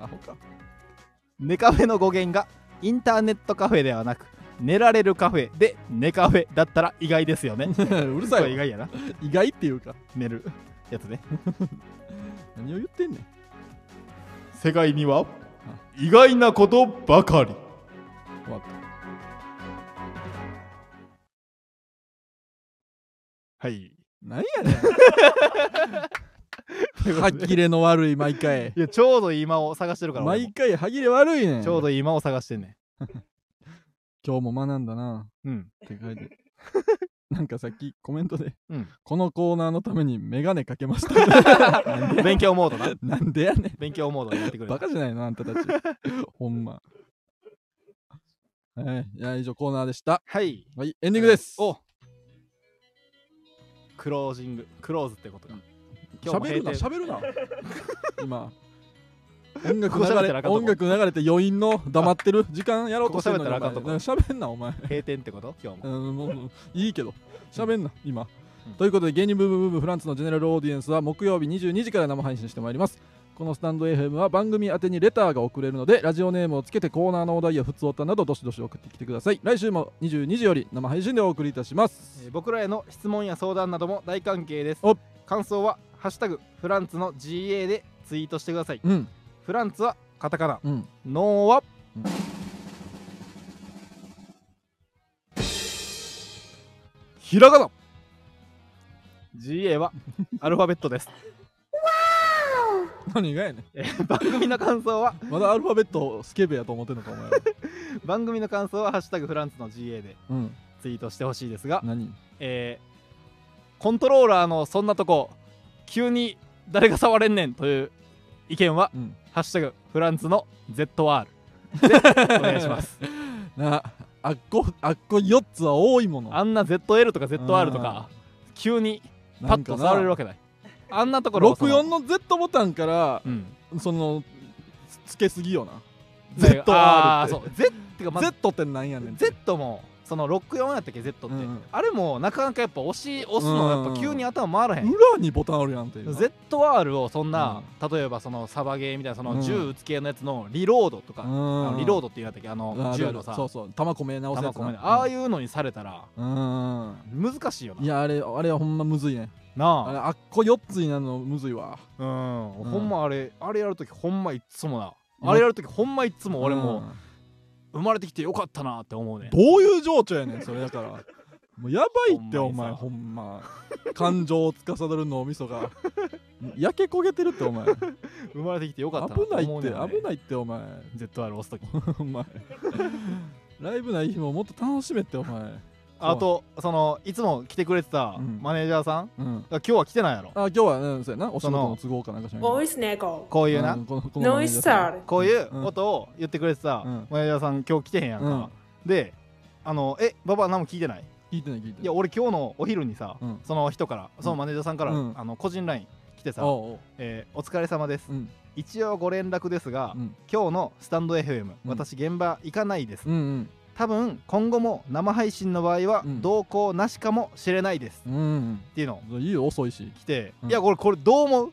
アホか
ネカフェの語源がインターネットカフェではなく寝られるカフェで寝カフェだったら意外です よね
うるさ
これ
い
意
わ
外やな
意外っていうか
寝 るやつね
何を言ってんねん
世界には意外なことばかり
終わった
はい
何やねん歯切れの悪い毎回
いやちょうど今を探してるから俺も
毎回歯切れ悪いねん
ちょうど今を探してんね
今日も学んだな
うん
って書いてなんかさっきコメントで、
うん
このコーナーのためにメガネかけまし た
勉強モードな
なんでやね
勉強モードにな ってく
ん
れ
バカじゃないのあんたた ちほんまはいいや以上コーナーでした
はい
はいエンディングです
おクロージングクローズってことか今日も
喋る
閉
な
店
喋 るな今音楽
ここ喋
流
ったらあ
れ
かんとこ
音楽流れて余韻の黙ってる時間やろうとしてるのに
ここ喋ったらあかんとこ
お前喋んなお前
閉店ってこと今日も
うん、もうもういいけど、喋んな、今
うん。
ということで、芸人ブームブームフランツのジェネラルオーディエンスは木曜日22時から生配信してまいります。このスタンド FM は番組宛てにレターが送れるので、ラジオネームをつけてコーナーのお題や普通おたなどどしどし送ってきてください。来週も22時より生配信でお送りいたします。
えー僕らへの質問や相談なども大歓迎です
お
感想は「ハッシュタグフランツの GA」でツイートしてください
うん、
フランツはカタカナ
うん。
ノーはひらがな GA はアルファベットです
何がやね
えー番組の感想は
ん。まだアルファベットをスケベやと思ってんのか、お前は。
番組の感想は「ハッシュタグフランツの GA」で
うん、
ツイートしてほしいですが、
何
えーコントローラーのそんなとこ急に誰が触れんねんという意見は
うん。
「ハッシュタグフランツの ZR」でお願いします
なあ、あっこ、あっこ4つは多いも の。
あんな ZL とか ZR とか急にパ
なん
ッ
か
と
な
触れるわけないあんなところをそ
64
の
の Z ボタンから、
うん
そのつつけすぎよな
だから
ZR って
あーそう Z ってかまず
Z ってなんやねんって
Z もその64やったっけ Z って、
うんうん
あれもなかなかやっぱ押し押すのやっぱ急に頭回らへん、
裏にボタンあるやんっていうな
ZR をそんな、例えばそのサバゲーみたいなその銃撃つ系のやつのリロードとか、あのリロー
ド
ドっていうやったっけあの銃のさ
そうそう弾込め直せ
弾
やつ
込め
な
るああいううのにされたら
んうん
難しいよない
やあれあれはほんまむずいねあれ
な
あっこ4つになるのむずいわ
あうん、
うん
ほんまあれあれやるときほんまいっつもな
うん
あれやるときほんまいっつも俺も生まれてきてよかったなって思う
うん
ね
どういう情緒やねんそれだからもうやばいって
ほ
お
んまに
前
さ
ほんま感情を司る脳みそが焼け焦げてるって お前危
生まれてきてよかったな
ない
思
っ
う
て
ねんね
危ないってお前
ZR 押すとき
お前ライブない日ももっと楽しめってお前
あとそのいつも来てくれてた
うん
マネージャーさんが
うん
今日は来てないやろ
あ今日は、うん、そうやな、お仕事
その
の都合かなんかしらんけど
Voice Nego.
こういうな、
うんこのこの
No
マネージャーさん
estar.
こういう
うん
ことを言ってくれてた、
うん
マネージャーさん今日来てへんやんか、
うん
であの「えババ何も聞いてない?」
聞いてない、聞いてない。
いや俺今日のお昼にさ、
うん
その人からそのマネージャーさんから、
うん
あの個人 LINE 来てさ
おうおう
「えーお疲れ様です
うん、
一応ご連絡ですが、
うん、
今日のスタンド FM、
うん
私現場行かないです、
うん、うん
多分今後も生配信の場合は
うん
同行なしかもしれないです」
うんうん
っていうのを
うん。いいよ、遅いし。
来て、
うん
いや俺これどう思う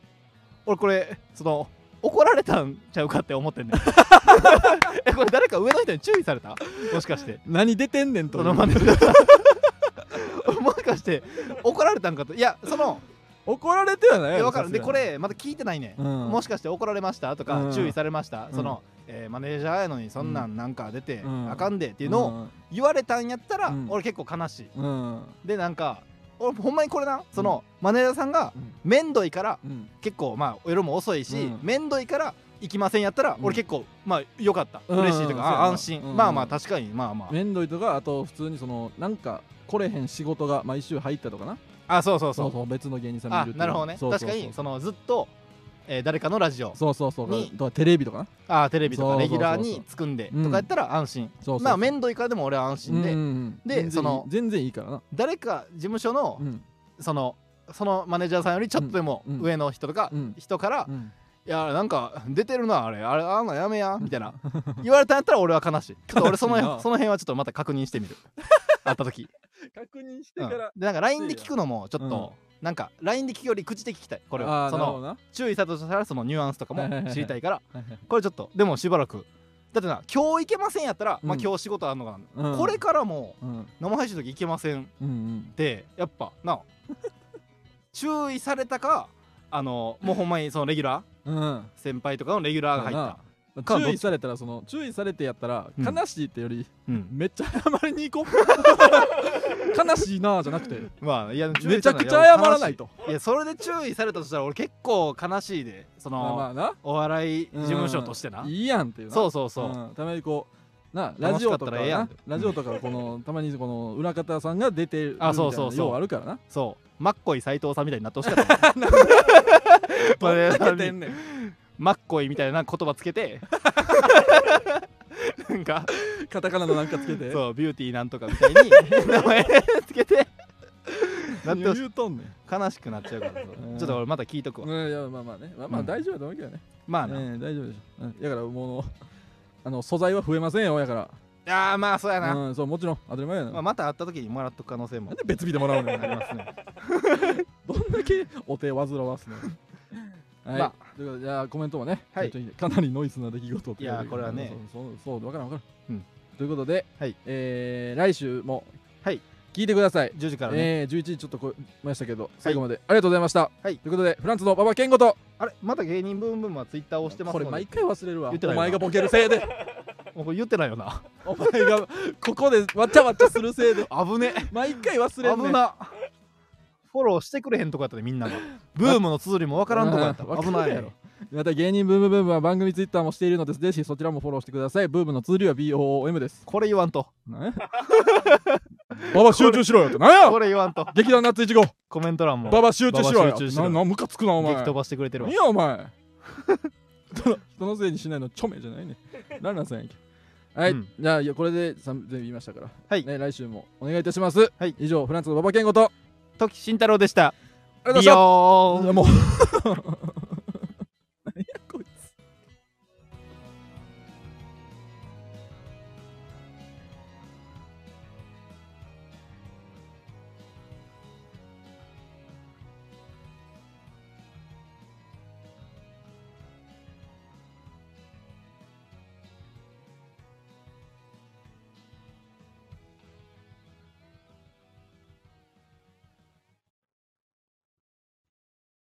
俺これその怒られたんちゃうかって思ってん ねんえこれ誰か上の人に注意されたもしかして
何出てん ねんと。
そのマネージャーもしかして怒られたん かといやその
怒られてはない
い
や
や
ろ
分かる
さす
で
がに
これまだ聞いてないね、
うんん、
もしかして怒られましたとか、
うん
注意されました、
うん
その、えーマネージャーやのにそんなんなんか出て、
うん
あかんでっていうのを
を、
言われたんやったら、
うん
俺結構悲しい
うん、うん、
でなんか俺ほんまにこれなその、マネージャーさんが
うん
面倒いから
うん、
結構まあ夜も遅いし、
うん
面倒いから行きませんやったら、
うん
俺結構まあ良かった、
うん
嬉しいというか、あ
うん
安心、
うん
まあまあ確かにまあまあ、
面倒いとか、あと普通にその、なんか来れへん仕事が毎週入ったとかな。
あそうそうそ
そううそう、別の芸人さん
あ
見るっていう
なるほどね
そうそうそう
確かにそのずっと、えー誰かのラジオ
そうそうそう、
に
あとはテレビとかな。
あーテレビとか
そうそ
レ
う
ギ
そうそ
ュ
う
ラーにつくんで
うん
とかやったら安心、
そうそうそう
まあ面倒いからでも俺は安心で、
うんうん
で
全然いい
その
全然いいからな。
誰か事務所の、
うん、
そのそのマネージャーさんよりちょっとでも
うん
上の人とか、
うん
人から「
うん、
いやなんか出てるなあれあれあんなやめや」みたいな言われたんやったら俺は悲しいちょっと 俺その
悲しいな
その辺はちょっとまた確認してみ る会った時、
確認して
うん、でなんか LINE で聞くのもちょっ
うん
と、なんか LINE で聞くより口で聞きたいこれ
あ
は
ー
そ
なるほ
の
どな
注意されたとしたらそのニュアンスとかも知りたいから
はいはい
これちょっとでもしばらくだってな今日行けませんやったら、まあ
うん
今日仕事あんのかな、
うん
これからも
うん
生配信の時行けませんっ
うんうん
てやっぱ な注意されたかあのもうほんまにそのレギュラー
うん
先輩とかのレギュラーが入った、か
注意されたらその注意されてやったら
うん
悲しいってより
うん、
めっちゃ謝りに行 こう悲しいなじゃなくて
まあいや注意
めち
さ
ゃ
れた
く
ら
ちゃ謝ら
や
な
悲
い
し
と
いやそれで注意されたとしたら俺結構悲しいでそ
まあま
の
あな
お笑い事務所としてな、
うんいいやんっていうな
そううそうそう、
んたまにこうなラ
楽
ジ
しか
オ
っ
と
た
から
ええやん
なラジオとかこのたまにこの裏方さんが出てるみたいな
あそうそうそう
よあるからな
そうマッコイ斎藤さんみたいになってほしか ったなまあね
どんだけ出んねん
マッコイみたいな言葉つけ てなんか
カタカナのなんかつけて
そうビューティーなんとかみたいに名前つけてなって
何を
ほし
言うとんねん
悲しくなっちゃうからそう
うん
ちょっと俺また聞いとくわ、
うんいやまあまあねまあま
う
あ
ん
大丈夫だと思うけどね
まあな、
ええ大丈夫でしょうんだからもうあの素材は増えませんよやか
あーまあそうやな、
らうんそうもちろん当たり前や
ま
な
あ、
なん
また会った時にもらっとく可能性も
で別日でもらうの よ
ありますね
どんだけお手煩わすのはい、
ま
ということでじゃあコメントもね、
はい
ちょっとかなりノイズな出来事とう
いやーこれはね
そうそうそう分からん分からん、
うん
ということで、
はい
えー来週も
はい
聞いてください、
10時からね、
えー、11時ちょっと超えましたけど最後までありがとうございました、
はい
ということでフランスの馬場健吾と
あれまた芸人ブームブームはツイッター押してます
これ
の
毎
で
回忘れるわ
言ってない
お
よな
前がボケるせいで
もうこれ言ってないよな
お前がここでわちゃわちゃするせいで
危ね
毎回忘れるね
危なフォローしてくれへんとこやったねみんなが ブームの綴りもわからんとこやった
うん
危ない
わかるやろまた芸人ブームブームは番組ツイッターもしているのですぜひそちらもフォローしてくださいブームの通りは BOOM です
これ言わんと
なんやババ集中しろよってなん
こ
や
れ言わんと
劇団ナッツイチゴ
コメント欄も
ババ集中し
馬
ろ
場
よ
集中しろ
な
よ
なムカつくなお前
激飛ばしてくれてるわ
何やお前 人の人のせいにしないのチョメじゃないねなんなんさんやんけはい、
うん
じゃあいやこれでさん全部言いましたから、
はい
ね、来週もお願いいたします、
はい
以上フランスのババ健吾と
時慎太郎でした
ありがとうございま
ビ
した
ヨーン
いやもう